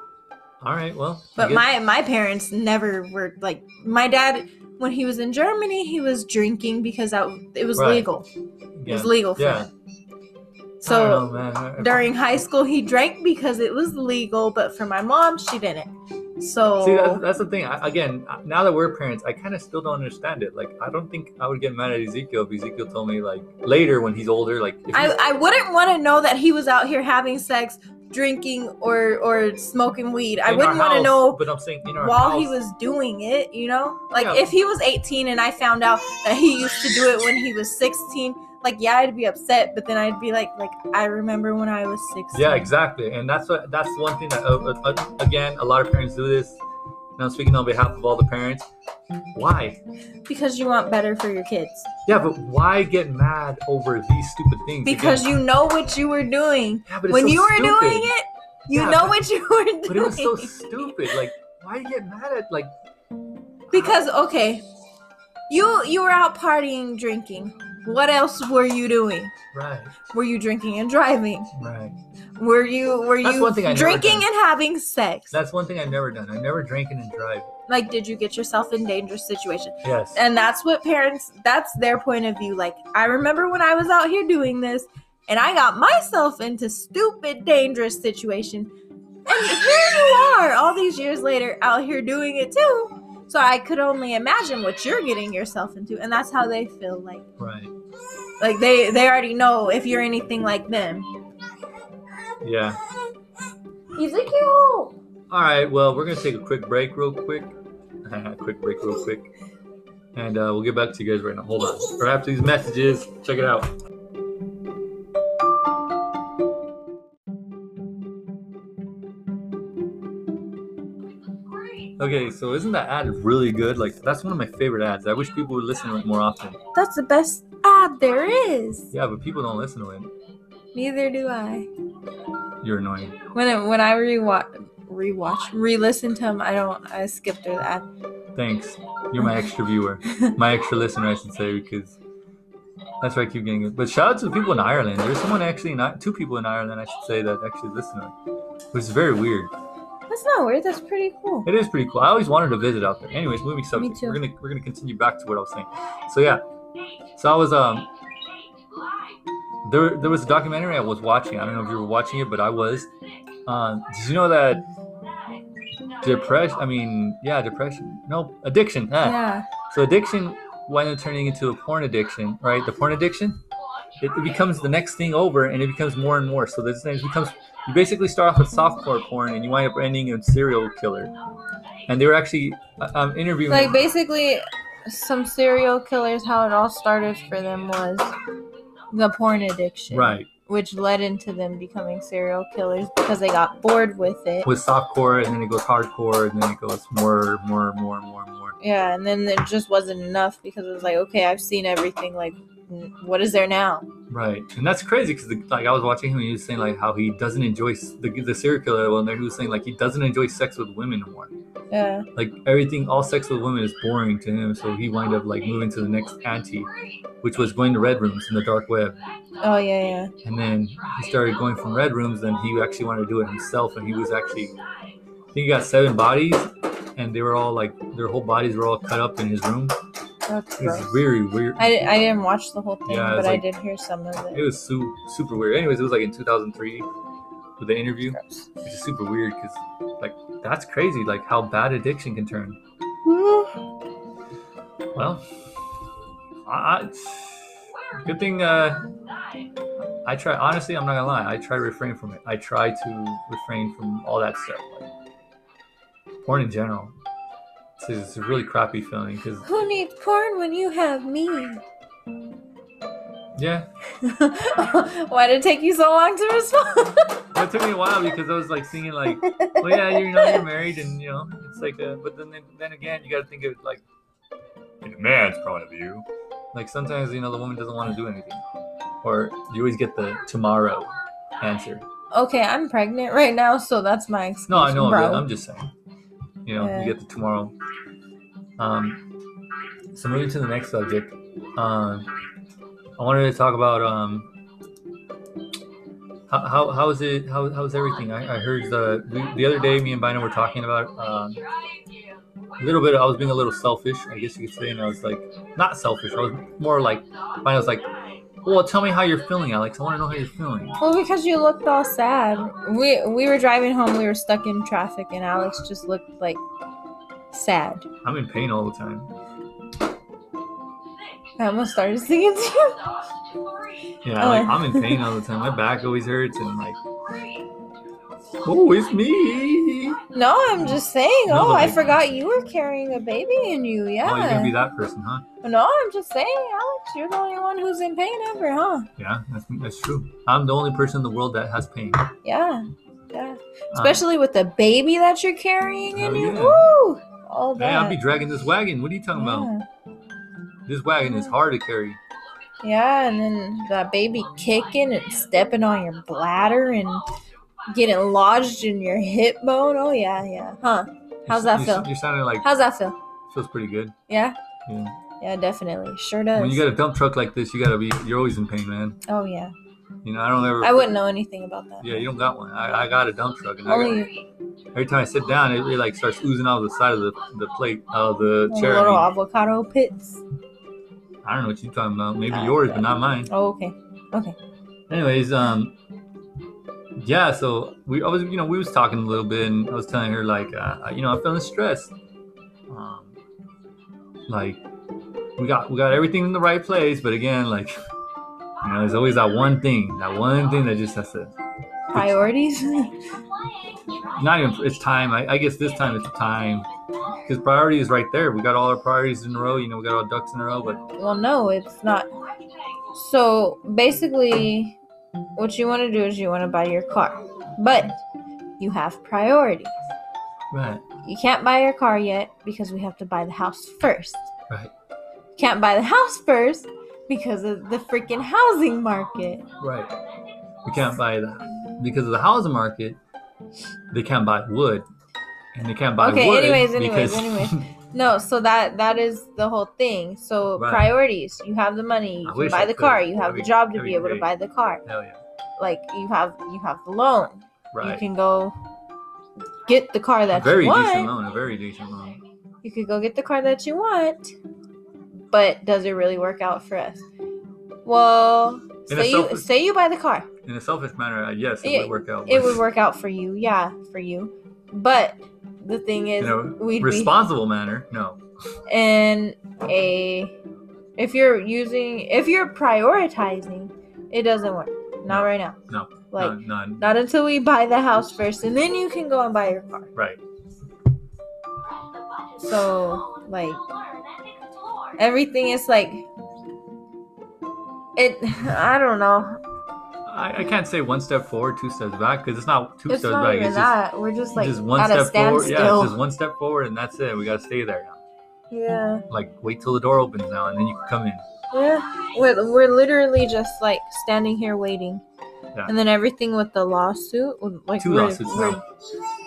Speaker 1: all right. Well, I
Speaker 2: But
Speaker 1: guess-
Speaker 2: my my parents never were like my dad when he was in Germany he was drinking because that it was
Speaker 1: Right.
Speaker 2: legal. It was
Speaker 1: yeah.
Speaker 2: legal for
Speaker 1: Yeah.
Speaker 2: him.
Speaker 1: I don't
Speaker 2: So
Speaker 1: know, man. I-
Speaker 2: during high school he drank because it was legal, but for my mom she didn't. So
Speaker 1: See, that's, that's the thing. I, again, I- now that we're parents, I kind of still don't understand it. Like, I don't think I would get mad at Ezekiel if Ezekiel told me, like, later when he's older, like, if he's-
Speaker 2: I, I wouldn't want to know that he was out here having sex, drinking or or smoking weed. I
Speaker 1: in our
Speaker 2: wouldn't want to
Speaker 1: house,
Speaker 2: know
Speaker 1: But I'm saying, in our
Speaker 2: while he
Speaker 1: house-
Speaker 2: was doing it, you know? Like
Speaker 1: Yeah.
Speaker 2: if he was 18 and I found out that he used to do it when he was 16, like yeah, I'd be upset, but then I'd be like like I remember when I was 16.
Speaker 1: Yeah, exactly. And that's what that's one thing that uh, uh, again, a lot of parents do this. And I'm speaking on behalf of all the parents. Why?
Speaker 2: Because you want better for your kids.
Speaker 1: Yeah, but why get mad over these stupid things?
Speaker 2: Because
Speaker 1: again?
Speaker 2: you know what you were doing.
Speaker 1: yeah, but it's
Speaker 2: when
Speaker 1: so
Speaker 2: you were
Speaker 1: stupid.
Speaker 2: doing it, you
Speaker 1: Yeah,
Speaker 2: know
Speaker 1: but-
Speaker 2: what you were doing.
Speaker 1: But it was
Speaker 2: *laughs*
Speaker 1: so stupid. Like, why do you get mad at like?
Speaker 2: because okay. You you were out partying, drinking. What else were you doing?
Speaker 1: Right,
Speaker 2: Were you drinking and driving?
Speaker 1: right.
Speaker 2: Were you were
Speaker 1: That's
Speaker 2: you
Speaker 1: one thing I never
Speaker 2: drinking
Speaker 1: done.
Speaker 2: and having sex?
Speaker 1: That's one thing I've never done. I've never drinking and drive.
Speaker 2: like did you get yourself in dangerous situation
Speaker 1: Yes.
Speaker 2: and that's what parents that's their point of view like i remember when i was out here doing this and i got myself into stupid dangerous situation and here you are all these years later out here doing it too so i could only imagine what you're getting yourself into and that's how they feel like
Speaker 1: right.
Speaker 2: like they they already know if you're anything like them
Speaker 1: Yeah.
Speaker 2: ezekiel
Speaker 1: All right. Well, we're gonna take a quick break, real quick. *laughs* quick break, real quick. And uh, we'll get back to you guys right now. Hold on. Or after these messages, check it out. Okay, so isn't that ad really good? Like, that's one of my favorite ads. I wish people would listen to it more often.
Speaker 2: that's the best ad there is
Speaker 1: Yeah, but people don't listen to it.
Speaker 2: neither do i
Speaker 1: You're annoying.
Speaker 2: When it, when I rewatch rewatch, re-listen to them. I don't. I skipped through that.
Speaker 1: Thanks. You're my extra viewer, my extra listener, I should say, because that's where I keep getting it. But shout out to the people in Ireland. There's someone actually, not two people in Ireland, I should say, that actually listen to it, which is very weird.
Speaker 2: That's not weird. That's pretty cool.
Speaker 1: It is pretty cool. I always wanted to visit out there. Anyways, moving subject.
Speaker 2: too.
Speaker 1: We're gonna we're gonna continue back to what I was saying. So yeah, so I was um there there was a documentary I was watching. I don't know if you were watching it, but I was. Um, did you know that depression? I mean, yeah, depression. No, addiction. Ah.
Speaker 2: Yeah.
Speaker 1: So addiction winds up turning into a porn addiction, right? The porn addiction, it, it becomes the next thing over, and it becomes more and more. So this thing it becomes you basically start off with softcore porn, and you wind up ending in serial killer. And they were actually uh, um, interviewing.
Speaker 2: Like basically, some serial killers. How it all started for them was the porn addiction,
Speaker 1: right
Speaker 2: Which led into them becoming serial killers because they got bored with it.
Speaker 1: with softcore, and then it goes hardcore, and then it goes more, more, more, more, more.
Speaker 2: Yeah, and then it just wasn't enough because it was like, okay, I've seen everything. Like, n- what is there now?
Speaker 1: Right, and that's crazy because like I was watching him, and he was saying like how he doesn't enjoy s- the the serial killer one there. He was saying like he doesn't enjoy sex with women anymore.
Speaker 2: Yeah.
Speaker 1: like everything all sex with women is boring to him so he wound up like moving to the next ante which was going to red rooms in the dark web
Speaker 2: Oh yeah, yeah.
Speaker 1: and then he started going from red rooms then he actually wanted to do it himself and he was actually i think he got seven bodies and they were all like their whole bodies were all cut up in his room
Speaker 2: That's
Speaker 1: it was
Speaker 2: gross.
Speaker 1: very weird
Speaker 2: I, di- I didn't watch the whole thing,
Speaker 1: Yeah,
Speaker 2: but
Speaker 1: it's
Speaker 2: I
Speaker 1: like-
Speaker 2: did hear some of
Speaker 1: it
Speaker 2: it.
Speaker 1: was su- super weird anyways it was like in 2003 with the interview
Speaker 2: Gross.
Speaker 1: which is super weird because like that's crazy like how bad addiction can turn
Speaker 2: *sighs*
Speaker 1: Well, I, I, good thing uh, I try. Honestly, I'm not gonna lie. I try to refrain from it. I try to refrain from all that stuff, like porn in general. It's, it's a really crappy feeling because
Speaker 2: Who needs porn when you have me? *laughs*
Speaker 1: yeah,
Speaker 2: Why did it take you so long to respond?
Speaker 1: it took me a while because I was like thinking like, well, yeah, you know, you're married and you know, it's like a. But then then again, you gotta think of it like in a man's point of view. Like sometimes you know the woman doesn't want to do anything, or you always get the tomorrow answer.
Speaker 2: *laughs* okay, I'm pregnant right now, so that's my excuse.
Speaker 1: No, I know.
Speaker 2: bro.
Speaker 1: but I'm just saying. You know,
Speaker 2: Yeah.
Speaker 1: you get the tomorrow. Um, so moving to the next subject, um, I wanted to talk about um, how how how is it how how's everything? I, I heard the the- the other day, me and Bina were talking about um, a little bit. I was being a little selfish, I guess you could say, and I was like, not selfish. I was more like Bina was like, well, tell me how you're feeling, Alex. I want to know how you're feeling.
Speaker 2: Well, because you looked all sad. We we were driving home. We were stuck in traffic, and Alex just looked like sad.
Speaker 1: I'm in pain all the time.
Speaker 2: I almost started singing to you.
Speaker 1: Yeah, like
Speaker 2: Oh.
Speaker 1: I'm in pain all the time. My back always hurts, and like, oh, it's me.
Speaker 2: *laughs* No, I'm just saying.
Speaker 1: No,
Speaker 2: oh, I
Speaker 1: like-
Speaker 2: forgot you were carrying a baby in you.
Speaker 1: Oh, you're gonna
Speaker 2: Yeah.
Speaker 1: be that person, huh?
Speaker 2: no, I'm just saying, Alex. You're the only one who's in pain ever, huh?
Speaker 1: Yeah, that's that's true. I'm the only person in the world that has pain. Um,
Speaker 2: Yeah. Yeah. Especially with the baby that you're carrying in
Speaker 1: Hell
Speaker 2: you.
Speaker 1: yeah.
Speaker 2: Woo! All
Speaker 1: hey, I'll
Speaker 2: that.
Speaker 1: be dragging this wagon. What are you talking about?
Speaker 2: yeah.
Speaker 1: This wagon is hard to carry.
Speaker 2: yeah, and then that baby kicking and stepping on your bladder and getting lodged in your hip bone. Oh yeah, yeah. Huh.
Speaker 1: You're s-
Speaker 2: How's that
Speaker 1: you're, s-
Speaker 2: feel?
Speaker 1: You're sounding like
Speaker 2: How's that feel?
Speaker 1: feels pretty good.
Speaker 2: Yeah?
Speaker 1: Yeah.
Speaker 2: Yeah, definitely. Sure does.
Speaker 1: When you got a dump truck like this, you gotta be. You're always in pain, man.
Speaker 2: oh yeah.
Speaker 1: You know, I don't ever.
Speaker 2: I wouldn't know anything about that.
Speaker 1: Yeah, you don't got one. I, I got a dump truck, and I got,
Speaker 2: Only
Speaker 1: every time I sit down, it, it like starts oozing out of the side of the the plate of the chair.
Speaker 2: little
Speaker 1: I, mean,
Speaker 2: avocado pits.
Speaker 1: I don't know what you're talking about. Maybe
Speaker 2: Uh,
Speaker 1: yours, but not mine.
Speaker 2: Oh, okay. Okay.
Speaker 1: anyways um yeah so we I was you know we was talking a little bit and i was telling her like uh, you know i'm feeling stressed um like we got we got everything in the right place but again like you know there's always that one thing that one thing that just has to
Speaker 2: Priorities. *laughs*
Speaker 1: not even it's time i, I guess this time it's time because priority is right there we got all our priorities in a row you know we got all ducks in a row but
Speaker 2: Well, no, it's not. So basically, what you want to do is you want to buy your car, but you have priorities.
Speaker 1: right
Speaker 2: You can't buy your car yet because we have to buy the house first.
Speaker 1: Right.
Speaker 2: Can't buy the house first because of the freaking housing market.
Speaker 1: Right. We can't buy that because of the housing market. they can't buy wood, and they can't buy
Speaker 2: Okay,
Speaker 1: wood
Speaker 2: anyways, anyways,
Speaker 1: because
Speaker 2: anyways. No, so that that is the whole thing. So
Speaker 1: Right.
Speaker 2: priorities. You have the money,
Speaker 1: I
Speaker 2: you can
Speaker 1: wish I
Speaker 2: buy the
Speaker 1: could.
Speaker 2: car, you
Speaker 1: That'd
Speaker 2: have
Speaker 1: be-
Speaker 2: the job to
Speaker 1: that'd
Speaker 2: be
Speaker 1: be
Speaker 2: able to
Speaker 1: great.
Speaker 2: buy the car.
Speaker 1: *laughs* hell yeah,
Speaker 2: Like you have you have the loan. You
Speaker 1: right.
Speaker 2: can go get the car
Speaker 1: A
Speaker 2: that
Speaker 1: very
Speaker 2: you
Speaker 1: decent
Speaker 2: want.
Speaker 1: loan, a very decent loan.
Speaker 2: You could go get the car that you want. But does it really work out for us? Well,
Speaker 1: In
Speaker 2: say
Speaker 1: itself,
Speaker 2: you say you buy the car.
Speaker 1: In a selfish manner, uh, yes, it
Speaker 2: Yeah,
Speaker 1: would work out.
Speaker 2: It
Speaker 1: but, *laughs*
Speaker 2: would work out for you. Yeah, for you. But the thing is
Speaker 1: You know,
Speaker 2: we'd be
Speaker 1: responsible manner. No,
Speaker 2: in a if you're using if you're prioritizing it doesn't work not
Speaker 1: No.
Speaker 2: right now
Speaker 1: No.
Speaker 2: like
Speaker 1: none, none.
Speaker 2: not until we buy the house first and then you can go and buy your car
Speaker 1: right.
Speaker 2: so like everything is like it *laughs* i don't know
Speaker 1: I, I can't say one step forward, two steps back, because it's not two
Speaker 2: it's
Speaker 1: steps
Speaker 2: not
Speaker 1: back.
Speaker 2: even
Speaker 1: It's just,
Speaker 2: that we're just like
Speaker 1: just one
Speaker 2: at a
Speaker 1: step forward. Yeah,
Speaker 2: standstill
Speaker 1: it's just one step forward, and that's it. We gotta stay there. Now.
Speaker 2: yeah
Speaker 1: Like, wait till the door opens now, and then you can come in.
Speaker 2: yeah we're, we're literally just like standing here waiting
Speaker 1: Yeah.
Speaker 2: and then everything with the lawsuit like
Speaker 1: Two
Speaker 2: we're-
Speaker 1: lawsuits
Speaker 2: we're-
Speaker 1: now.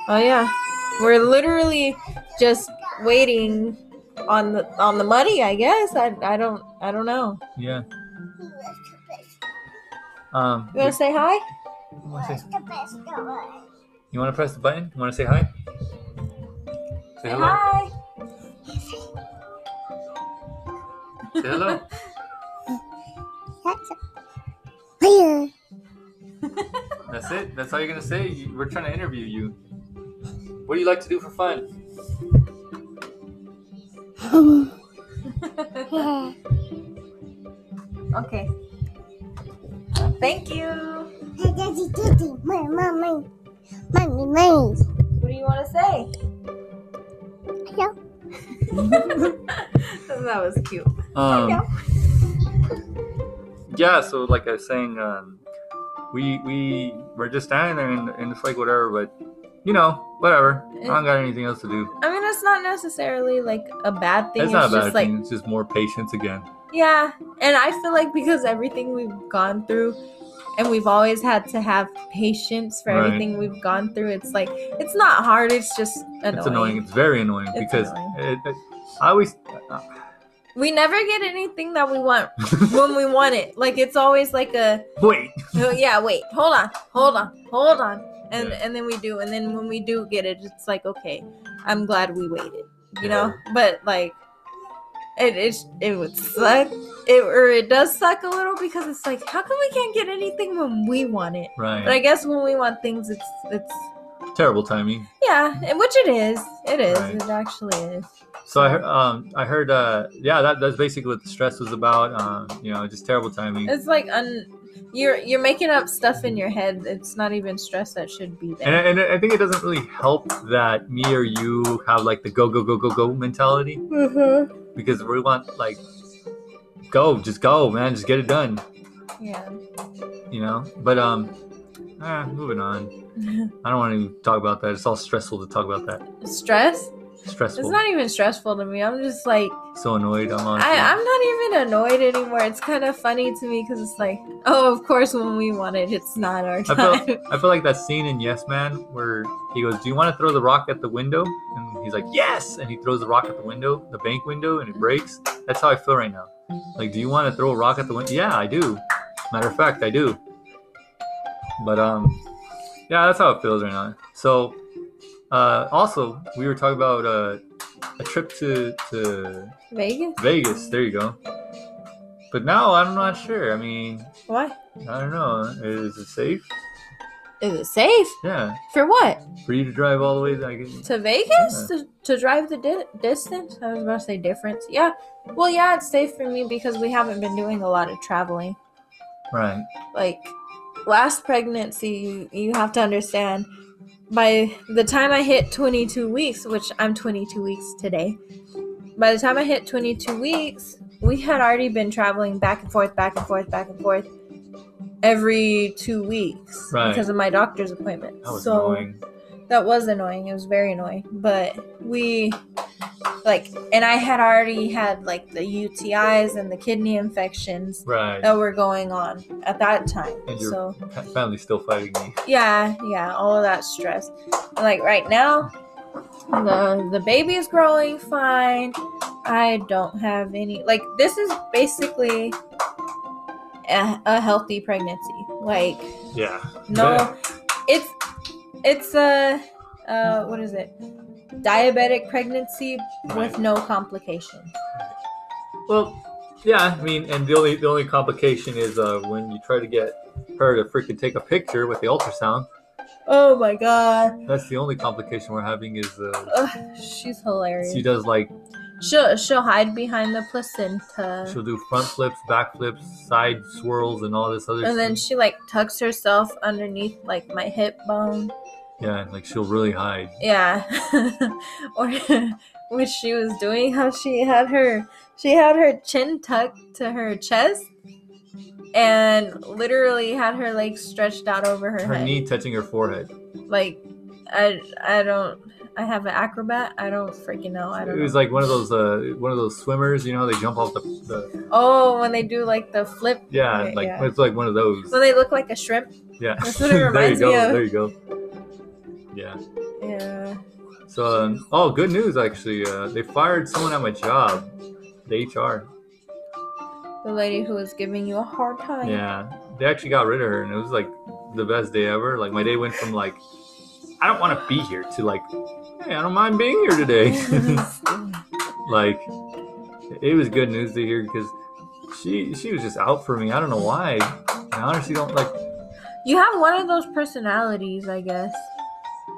Speaker 2: Oh yeah, we're literally just waiting on the on the money. I guess I, I don't I don't know.
Speaker 1: Yeah. Um.
Speaker 2: You want to say hi?
Speaker 1: you wanna say- You want to press the button? You want to say hi? Say hello.
Speaker 2: hi.
Speaker 1: Say hello.
Speaker 3: Here.
Speaker 1: That's it. That's all you're gonna say. You- We're trying to interview you. What do you like to do for fun?
Speaker 2: Okay. Uh, Thank you.
Speaker 3: Daddy, daddy, mommy, mommy, mommy, mommy.
Speaker 2: What do you want to say?
Speaker 3: Hello.
Speaker 2: *laughs* that was cute.
Speaker 1: Um, yeah. So like I was saying, um, we we we're just standing there and, and it's like whatever, but you know whatever. I don't got anything else to do.
Speaker 2: I mean, it's not necessarily like a bad thing.
Speaker 1: It's not a
Speaker 2: just
Speaker 1: bad
Speaker 2: like
Speaker 1: thing. It's just more patience again.
Speaker 2: yeah, and I feel like because everything we've gone through. And we've always had to have patience for
Speaker 1: Right.
Speaker 2: everything we've gone through. It's like it's not hard. It's just annoying.
Speaker 1: It's annoying. It's very annoying
Speaker 2: It's
Speaker 1: because
Speaker 2: annoying.
Speaker 1: It, it, I always *laughs*
Speaker 2: We never get anything that we want when we want it. Like it's always like a
Speaker 1: wait.
Speaker 2: "Oh, yeah, wait, hold on, hold on, hold on, and
Speaker 1: Yeah.
Speaker 2: and then we do, and then when we do get it, it's like okay, I'm glad we waited, you know. But like, it it it would suck. It or it does suck a little because it's like how come we can't get anything when we want it?
Speaker 1: Right.
Speaker 2: But I guess when we want things, it's it's
Speaker 1: Terrible timing.
Speaker 2: yeah, and which it is, it is,
Speaker 1: Right.
Speaker 2: it actually is.
Speaker 1: So I heard, um, I heard, uh, yeah, that, that's basically what the stress was about. Um, you know, just terrible timing.
Speaker 2: It's like un- you're you're making up stuff in your head. It's not even stress that should be
Speaker 1: And,
Speaker 2: there.
Speaker 1: and I think it doesn't really help that me or you have like the go, go, go, go, go mentality
Speaker 2: Mm-hmm.
Speaker 1: because we want like, go, just go, man, just get it done,
Speaker 2: Yeah. *laughs*
Speaker 1: you know? But, um, eh, moving on. I don't want to talk about that. It's all stressful to talk about that.
Speaker 2: Stress? It's
Speaker 1: Stressful.
Speaker 2: not even stressful to me. I'm just like
Speaker 1: so annoyed. I'm on.
Speaker 2: I, I'm not even annoyed anymore. It's kind of funny to me because it's like, oh, of course, when we want it, it's not our
Speaker 1: feel-
Speaker 2: time. *laughs*
Speaker 1: I feel like that scene in Yes Man where he goes, "Do you want to throw the rock at the window?" And he's like, "Yes!" And he throws the rock at the window, the bank window, and it breaks. That's how I feel right now. Like, do you want to throw a rock at the window? Yeah, I do. Matter of fact, I do. But um, yeah, that's how it feels right now. So, uh, also we were talking about uh, a trip to to
Speaker 2: Vegas?
Speaker 1: Vegas. There you go. But now I'm not sure. I mean,
Speaker 2: Why?
Speaker 1: I don't know. Is it safe?
Speaker 2: Is it safe
Speaker 1: Yeah.
Speaker 2: for what?
Speaker 1: For you to drive all the way, I can.
Speaker 2: To Vegas to, to drive the di- distance? I was about to say difference. Yeah. Well, yeah, it's safe for me because we haven't been doing a lot of traveling.
Speaker 1: Right.
Speaker 2: like last pregnancy you, you have to understand by the time i hit 22 weeks which i'm 22 weeks today by the time i hit 22 weeks we had already been traveling back and forth back and forth back and forth every two weeks
Speaker 1: Right.
Speaker 2: because of my doctor's appointment
Speaker 1: That was
Speaker 2: so
Speaker 1: annoying.
Speaker 2: that was annoying it was very annoying but we like and I had already had like the UTIs and the kidney infections
Speaker 1: Right.
Speaker 2: that were going on at that time.
Speaker 1: And you're-
Speaker 2: So
Speaker 1: Pa- Family's still fighting me.
Speaker 2: yeah, yeah, all of that stress. Like right now, the the baby is growing fine. I don't have any. Like this is basically a, a healthy pregnancy. Like
Speaker 1: Yeah.
Speaker 2: no, it's it's a uh, what is it? Diabetic pregnancy with
Speaker 1: Right.
Speaker 2: no complications.
Speaker 1: Well, yeah. I mean, and the only the only complication is uh, when you try to get her to freaking take a picture with the ultrasound.
Speaker 2: Oh my god,
Speaker 1: That's the only complication we're having is uh,
Speaker 2: Ugh, she's hilarious.
Speaker 1: she does like
Speaker 2: She'll she'll hide behind the placenta.
Speaker 1: she'll do front flips, back flips, side swirls, and all this other.
Speaker 2: and then
Speaker 1: stuff.
Speaker 2: she like tucks herself underneath like my hip bone
Speaker 1: yeah, like she'll really hide.
Speaker 2: yeah *laughs* or *laughs* when she was doing how she had her she had her chin tucked to her chest and literally had her legs stretched out over her,
Speaker 1: Her
Speaker 2: head
Speaker 1: knee touching her forehead.
Speaker 2: like i i don't i have an acrobat i don't freaking know i
Speaker 1: It
Speaker 2: don't know.
Speaker 1: was like one of those uh, one of those swimmers. You know, they jump off the, the
Speaker 2: oh when they do like the flip
Speaker 1: yeah,
Speaker 2: Yeah,
Speaker 1: like
Speaker 2: yeah.
Speaker 1: it's like one of those.
Speaker 2: when they look like a shrimp
Speaker 1: Yeah,
Speaker 2: That's what
Speaker 1: *laughs*
Speaker 2: it
Speaker 1: there you
Speaker 2: reminds
Speaker 1: go.
Speaker 2: me of.
Speaker 1: There you go. Yeah.
Speaker 2: yeah
Speaker 1: So, um, oh, good news actually. Uh, they fired someone at my job, the HR.
Speaker 2: Oh, the lady who was giving you a hard time
Speaker 1: Yeah, they actually got rid of her, and it was like the best day ever. Like my day went from like I don't want to be here to like hey, I don't mind being here
Speaker 2: *laughs*
Speaker 1: today. *laughs* like it was good news to hear because she she was just out for me. I don't know why. I honestly don't like
Speaker 2: *laughs* You have one of those personalities, I guess.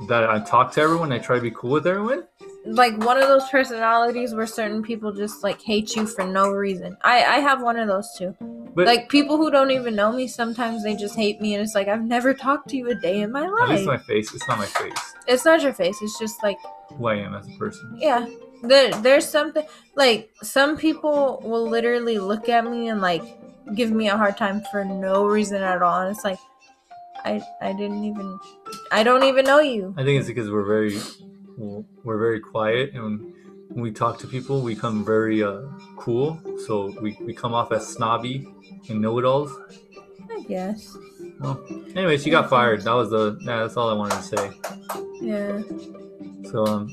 Speaker 1: that I talk to everyone. I try to be cool with everyone.
Speaker 2: Like one of those personalities where certain people just like hate you for no reason. I I have one of those too.
Speaker 1: But-
Speaker 2: like people who don't even know me, sometimes they just hate me, and it's like I've never talked to you a day in my
Speaker 1: At
Speaker 2: life.
Speaker 1: least my face. It's not my face.
Speaker 2: it's not your face. It's just like
Speaker 1: Who I am as a person.
Speaker 2: yeah. There there's something like some people will literally look at me and like give me a hard time for no reason at all, and it's like I I didn't even I don't even know you.
Speaker 1: I think it's because we're very we're very quiet and. When we talk to people, we come very uh, cool, so we, we come off as snobby and know-it-alls.
Speaker 2: I guess.
Speaker 1: Anyway, she got fired. That was the. Yeah, that's all I wanted to say.
Speaker 2: Yeah.
Speaker 1: So um,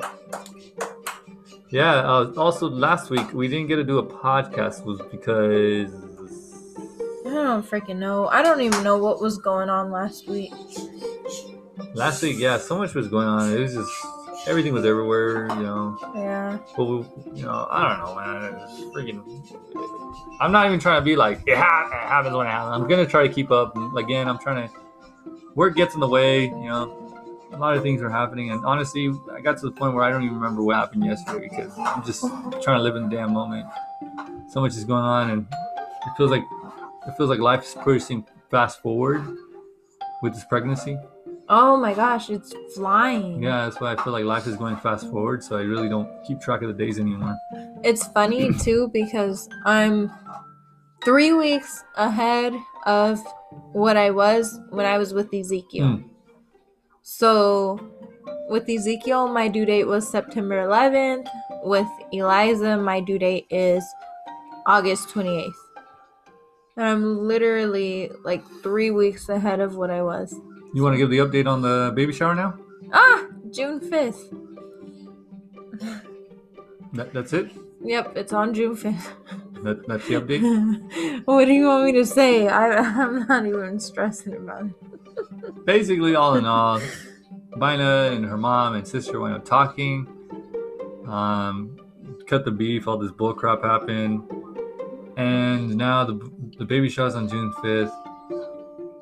Speaker 1: yeah. Uh, also, last week we didn't get to do a podcast was because
Speaker 2: I don't freaking know. I don't even know what was going on last week.
Speaker 1: last week, yeah, so much was going on. It was just everything was everywhere, you know.
Speaker 2: Yeah.
Speaker 1: But we, you know, I don't know, man. It was freaking. I'm not even trying to be like it, ha- it happens when it happens. I'm gonna try to keep up. And Again, I'm trying to. Work gets in the way, you know. A lot of things are happening, and honestly, I got to the point where I don't even remember what happened yesterday because I'm just trying to live in the damn moment. So much is going on, and it feels like it feels like life is pushing fast forward with this pregnancy.
Speaker 2: Oh my gosh, it's flying.
Speaker 1: Yeah, that's why I feel like life is going fast forward. So I really don't keep track of the days anymore.
Speaker 2: It's funny too because I'm three weeks ahead of what I was when I was with Ezekiel.
Speaker 1: Hmm.
Speaker 2: So with Ezekiel, my due date was September 11th. With Eliza, my due date is August 28th. And I'm literally like three weeks ahead of what I was.
Speaker 1: You want to give the update on the baby shower now?
Speaker 2: Ah, June 5th.
Speaker 1: That, that's it.
Speaker 2: Yep, it's on June 5th.
Speaker 1: That, that's the update.
Speaker 2: *laughs* what do you want me to say? I, I'm not even stressing about it.
Speaker 1: Basically, all in all, Bina and her mom and sister went up talking. Um, cut the beef. All this bullcrap happened, and now the the baby shower's on June fifth,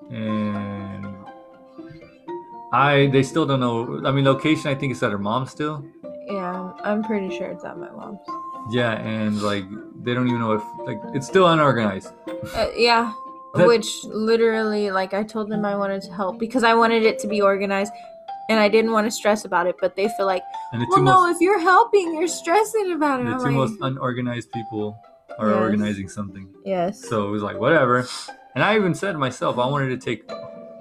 Speaker 1: and I they still don't know. I mean, location I think is at her mom still.
Speaker 2: Yeah, I'm pretty sure it's at my mom's.
Speaker 1: Yeah, and like they don't even know if like it's still unorganized.
Speaker 2: Uh, yeah.
Speaker 1: That-
Speaker 2: Which literally, like, I told them I wanted to help because I wanted it to be organized and I didn't want to stress about it, but they feel like,
Speaker 1: And the
Speaker 2: well,
Speaker 1: two
Speaker 2: no,
Speaker 1: most
Speaker 2: if you're helping, you're stressing about it.
Speaker 1: the
Speaker 2: I'm
Speaker 1: two
Speaker 2: like,
Speaker 1: most unorganized people are
Speaker 2: Yes.
Speaker 1: organizing something.
Speaker 2: yes.
Speaker 1: So it was like whatever. And I even said to myself, I wanted to take,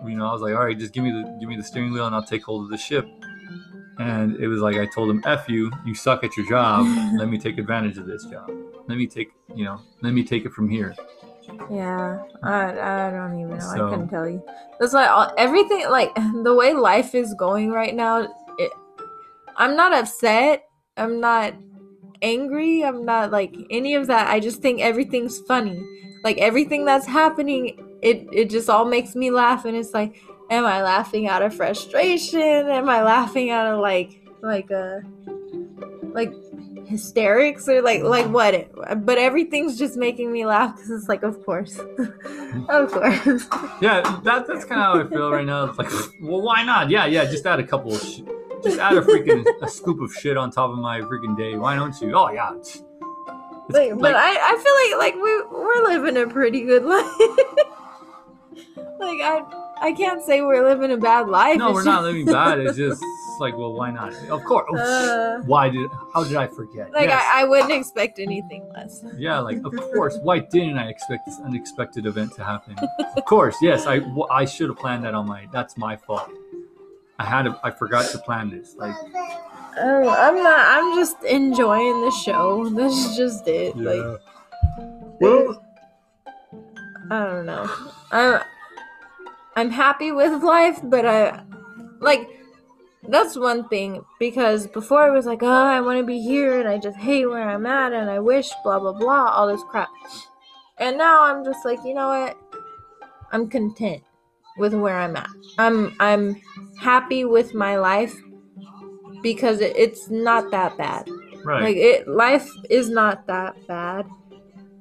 Speaker 1: you know, I was like, all right, just give me the give me the steering wheel and I'll take hold of the ship. and it was like I told him, "F you, you suck at your
Speaker 2: *laughs*
Speaker 1: job. let me take advantage of this job. Let me take, you know, let me take it from here."
Speaker 2: Yeah, I, I don't even know.
Speaker 1: So-
Speaker 2: I couldn't tell you. That's why all, everything, like *laughs* the way life is going right now, it, I'm not upset. I'm not angry. I'm not like any of that. I just think everything's funny. Like everything that's happening, it it just all makes me laugh, and it's like, am I laughing out of frustration? Am I laughing out of like like a like hysterics or like like what but everything's just making me laugh because it's like of
Speaker 1: *laughs*
Speaker 2: course of course
Speaker 1: Yeah, that, that's kind of how I feel right now. It's like, *laughs* well, why not? Yeah, yeah, just add a couple of sh- just add a freaking a scoop of shit on top of my freaking day. Why don't you? Oh yeah. It's, it's
Speaker 2: Like, but
Speaker 1: like-
Speaker 2: I, I feel like like we we're living a pretty good *laughs* life like i i can't say we're living a bad life
Speaker 1: no,
Speaker 2: it's
Speaker 1: we're not living bad. It's just like, well, why not? Of course. Oh,
Speaker 2: *laughs*
Speaker 1: *laughs*
Speaker 2: Uh.
Speaker 1: why did? How did I forget?
Speaker 2: like
Speaker 1: Yes.
Speaker 2: I, I wouldn't expect anything less
Speaker 1: Yeah, like of course. Why didn't I expect this unexpected event to happen? Of course, yes. I w- I should have planned that on my. That's my fault. I had a, I forgot to plan this. Like
Speaker 2: oh i'm not i'm just enjoying the show this is just it like
Speaker 1: yeah. Well,
Speaker 2: I don't know. I I'm happy with life, but I like that's one thing because before I was like, oh, I want to be here and I just hate where I'm at and I wish blah blah blah all this crap. And now I'm just like, you know what? I'm content with where I'm at. I'm I'm happy with my life because it, it's not that bad. Like
Speaker 1: right.
Speaker 2: it life is not that bad.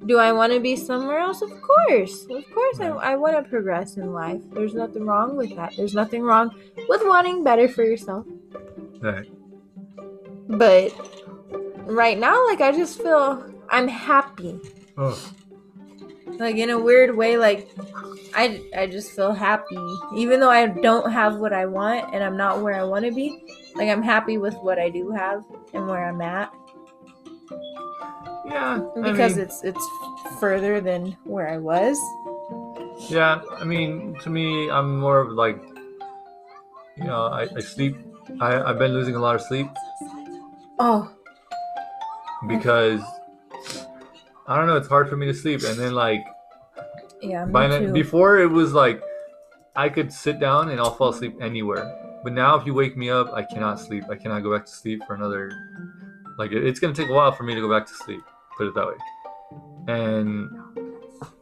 Speaker 2: Do I want to be somewhere else? Of course. Of course I, I want to progress in life. There's nothing wrong with that. There's nothing wrong with wanting better for yourself.
Speaker 1: right.
Speaker 2: But right now like I just feel I'm happy.
Speaker 1: Oh,
Speaker 2: Like in a weird way like I I just feel happy even though I don't have what I want and I'm not where I want to be. Like I'm happy with what I do have and where I'm at.
Speaker 1: yeah. I
Speaker 2: because
Speaker 1: mean,
Speaker 2: it's it's further than where I was.
Speaker 1: yeah. I mean, to me, I'm more of like, you know, I, I sleep. I I've been losing a lot of sleep
Speaker 2: Oh,
Speaker 1: because I don't know. It's hard for me to sleep, and then like
Speaker 2: yeah, me
Speaker 1: By
Speaker 2: too.
Speaker 1: then, before it was like I could sit down and I'll fall asleep anywhere. But now if you wake me up, I cannot sleep. I cannot go back to sleep for another like it- it's going to take a while for me to go back to sleep, put it that way. And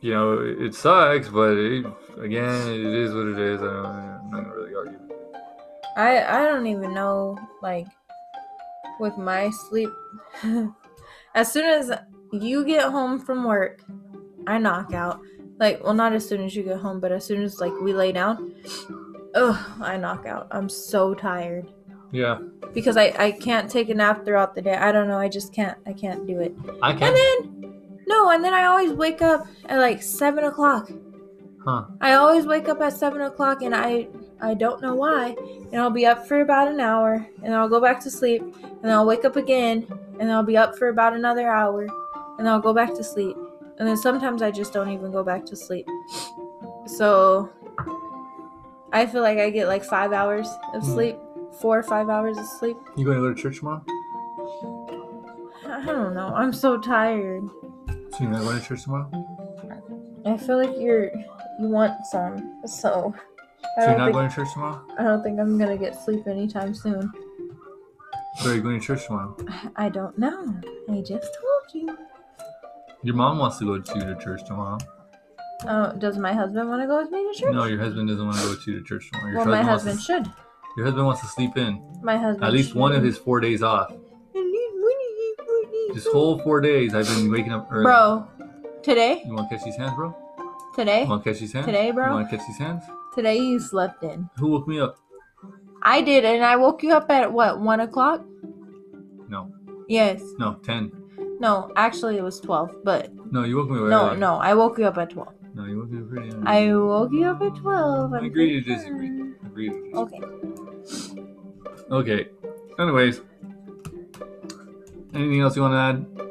Speaker 1: you know, it it sucks, but it, again, it is what it is. I don't, I'm not gonna really argue.
Speaker 2: I I don't even know like with my sleep. *laughs* as soon as you get home from work, I knock out. Like, well, not as soon as you get home, but as soon as like we lay down, ugh, I knock out. I'm so tired.
Speaker 1: Yeah,
Speaker 2: Because I, I can't take a nap throughout the day. I don't know. I just can't. I can't do it.
Speaker 1: I
Speaker 2: And
Speaker 1: can't.
Speaker 2: then, no, and then I always wake up at like seven o'clock.
Speaker 1: Huh.
Speaker 2: I always wake up at seven o'clock, and I I don't know why, and I'll be up for about an hour, and I'll go back to sleep, and then I'll wake up again, and I'll be up for about another hour, and I'll go back to sleep, and then sometimes I just don't even go back to sleep. So I feel like I get like five hours of
Speaker 1: Hmm.
Speaker 2: sleep, four or five hours of sleep.
Speaker 1: You going to go to church tomorrow?
Speaker 2: I don't know. I'm so tired.
Speaker 1: So you're not going to church tomorrow?
Speaker 2: I feel like you're you want some, so I
Speaker 1: So you're
Speaker 2: don't
Speaker 1: not
Speaker 2: think
Speaker 1: going to church tomorrow?
Speaker 2: I don't think I'm gonna get sleep anytime soon.
Speaker 1: So are you going to church tomorrow?
Speaker 2: I don't know. I just told you.
Speaker 1: Your mom wants to go to the church tomorrow.
Speaker 2: Oh, does my husband want to go with me to church?
Speaker 1: No, your husband doesn't want to go with you to church tomorrow. Your
Speaker 2: well, my
Speaker 1: wants to-
Speaker 2: husband should.
Speaker 1: Your husband wants to sleep in
Speaker 2: My husband.
Speaker 1: at least
Speaker 2: should.
Speaker 1: one of his four days off. This whole four days, I've been waking up early.
Speaker 2: Bro, today,
Speaker 1: You want to catch these hands, bro? You
Speaker 2: today,
Speaker 1: want to catch these hands?
Speaker 2: Today, bro?
Speaker 1: You want to catch these hands?
Speaker 2: today you slept in.
Speaker 1: Who woke me up?
Speaker 2: I did, and I woke you up at what one o'clock?
Speaker 1: No,
Speaker 2: Yes.
Speaker 1: no, ten.
Speaker 2: No, actually it was twelve, but
Speaker 1: No, you woke me up
Speaker 2: no,
Speaker 1: early.
Speaker 2: no, I woke you up at twelve.
Speaker 1: no, you woke me up early.
Speaker 2: I woke you up at twelve. I'm
Speaker 1: agree to
Speaker 2: pretty
Speaker 1: disagree.
Speaker 2: sure.
Speaker 1: Agreed.
Speaker 2: Okay. Oh.
Speaker 1: Okay. Anyways, anything else you want to add?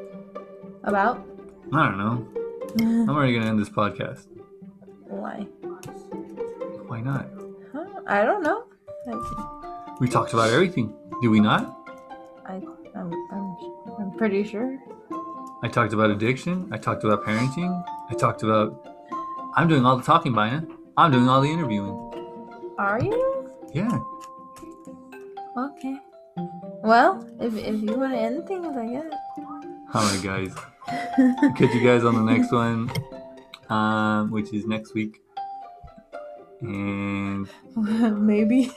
Speaker 2: About *laughs*
Speaker 1: I don't know. I'm already gonna end this podcast.
Speaker 2: why?
Speaker 1: Why not?
Speaker 2: Huh? I don't know.
Speaker 1: We talked about everything. Do we not?
Speaker 2: I'm, I'm, I'm pretty sure.
Speaker 1: I talked about addiction. I talked about parenting. I talked about. I'm doing all the talking, Bina. I'm doing all the interviewing.
Speaker 2: Are you?
Speaker 1: Yeah.
Speaker 2: Okay. Well, if, if you want to end things, I guess.
Speaker 1: All right, guys. Catch you guys on the next one, um, which is next week. And
Speaker 2: *laughs* Maybe.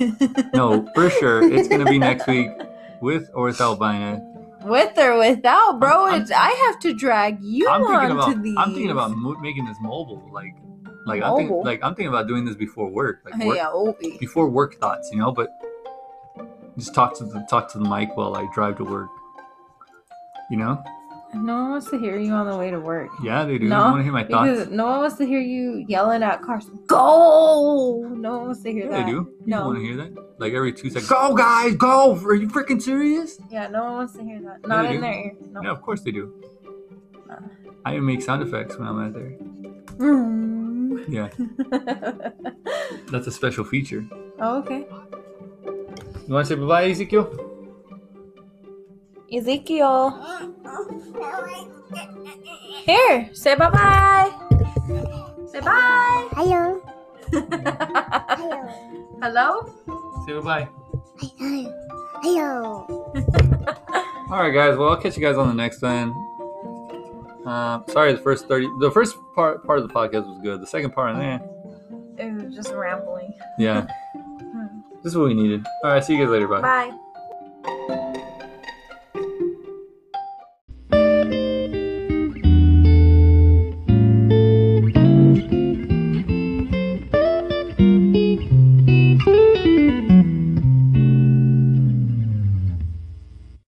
Speaker 1: no, for sure, it's gonna be next week with or without Bina.
Speaker 2: With or without, bro,
Speaker 1: I'm-
Speaker 2: it's, I have to drag you
Speaker 1: I'm thinking
Speaker 2: on
Speaker 1: about.
Speaker 2: to these.
Speaker 1: I'm thinking about mo- making this mobile, like, like I'm
Speaker 2: Mobile?
Speaker 1: thinking, like I'm thinking about doing this before work, like work,
Speaker 2: yeah, Obi.
Speaker 1: before work thoughts, you know. But just talk to the talk to the mic while I drive to work. You know?
Speaker 2: No one wants to hear you on the way to work.
Speaker 1: Yeah, they do.
Speaker 2: No,
Speaker 1: I want to hear my thoughts.
Speaker 2: Because no one wants to hear you yelling at cars. Go! No one wants to hear
Speaker 1: Yeah,
Speaker 2: that.
Speaker 1: they do. You
Speaker 2: No.
Speaker 1: want to hear that? Like every two seconds, go guys, go! Are you freaking serious?
Speaker 2: Yeah, no one wants to hear that. Not
Speaker 1: they
Speaker 2: in
Speaker 1: do.
Speaker 2: their ear. No. Uh.
Speaker 1: Yeah, of course they do. I make sound effects when I'm out there.
Speaker 2: Vroom.
Speaker 1: Yeah, that's a special feature.
Speaker 2: oh, *laughs* okay.
Speaker 1: You want to say bye bye, Ezekiel?
Speaker 2: Ezekiel. Here, say bye bye. Say bye. *laughs*
Speaker 3: Hello. Hello.
Speaker 2: Hello?
Speaker 1: Say bye bye.
Speaker 3: Hello. Hello.
Speaker 1: All right, guys. Well, I'll catch you guys on the next one. Uh, sorry, the first thirty, the first part part of the podcast was good. The second
Speaker 2: Oh.
Speaker 1: part, eh,
Speaker 2: It was just rambling.
Speaker 1: yeah, this is what we needed. All right, see you guys later. Bye.
Speaker 2: Bye.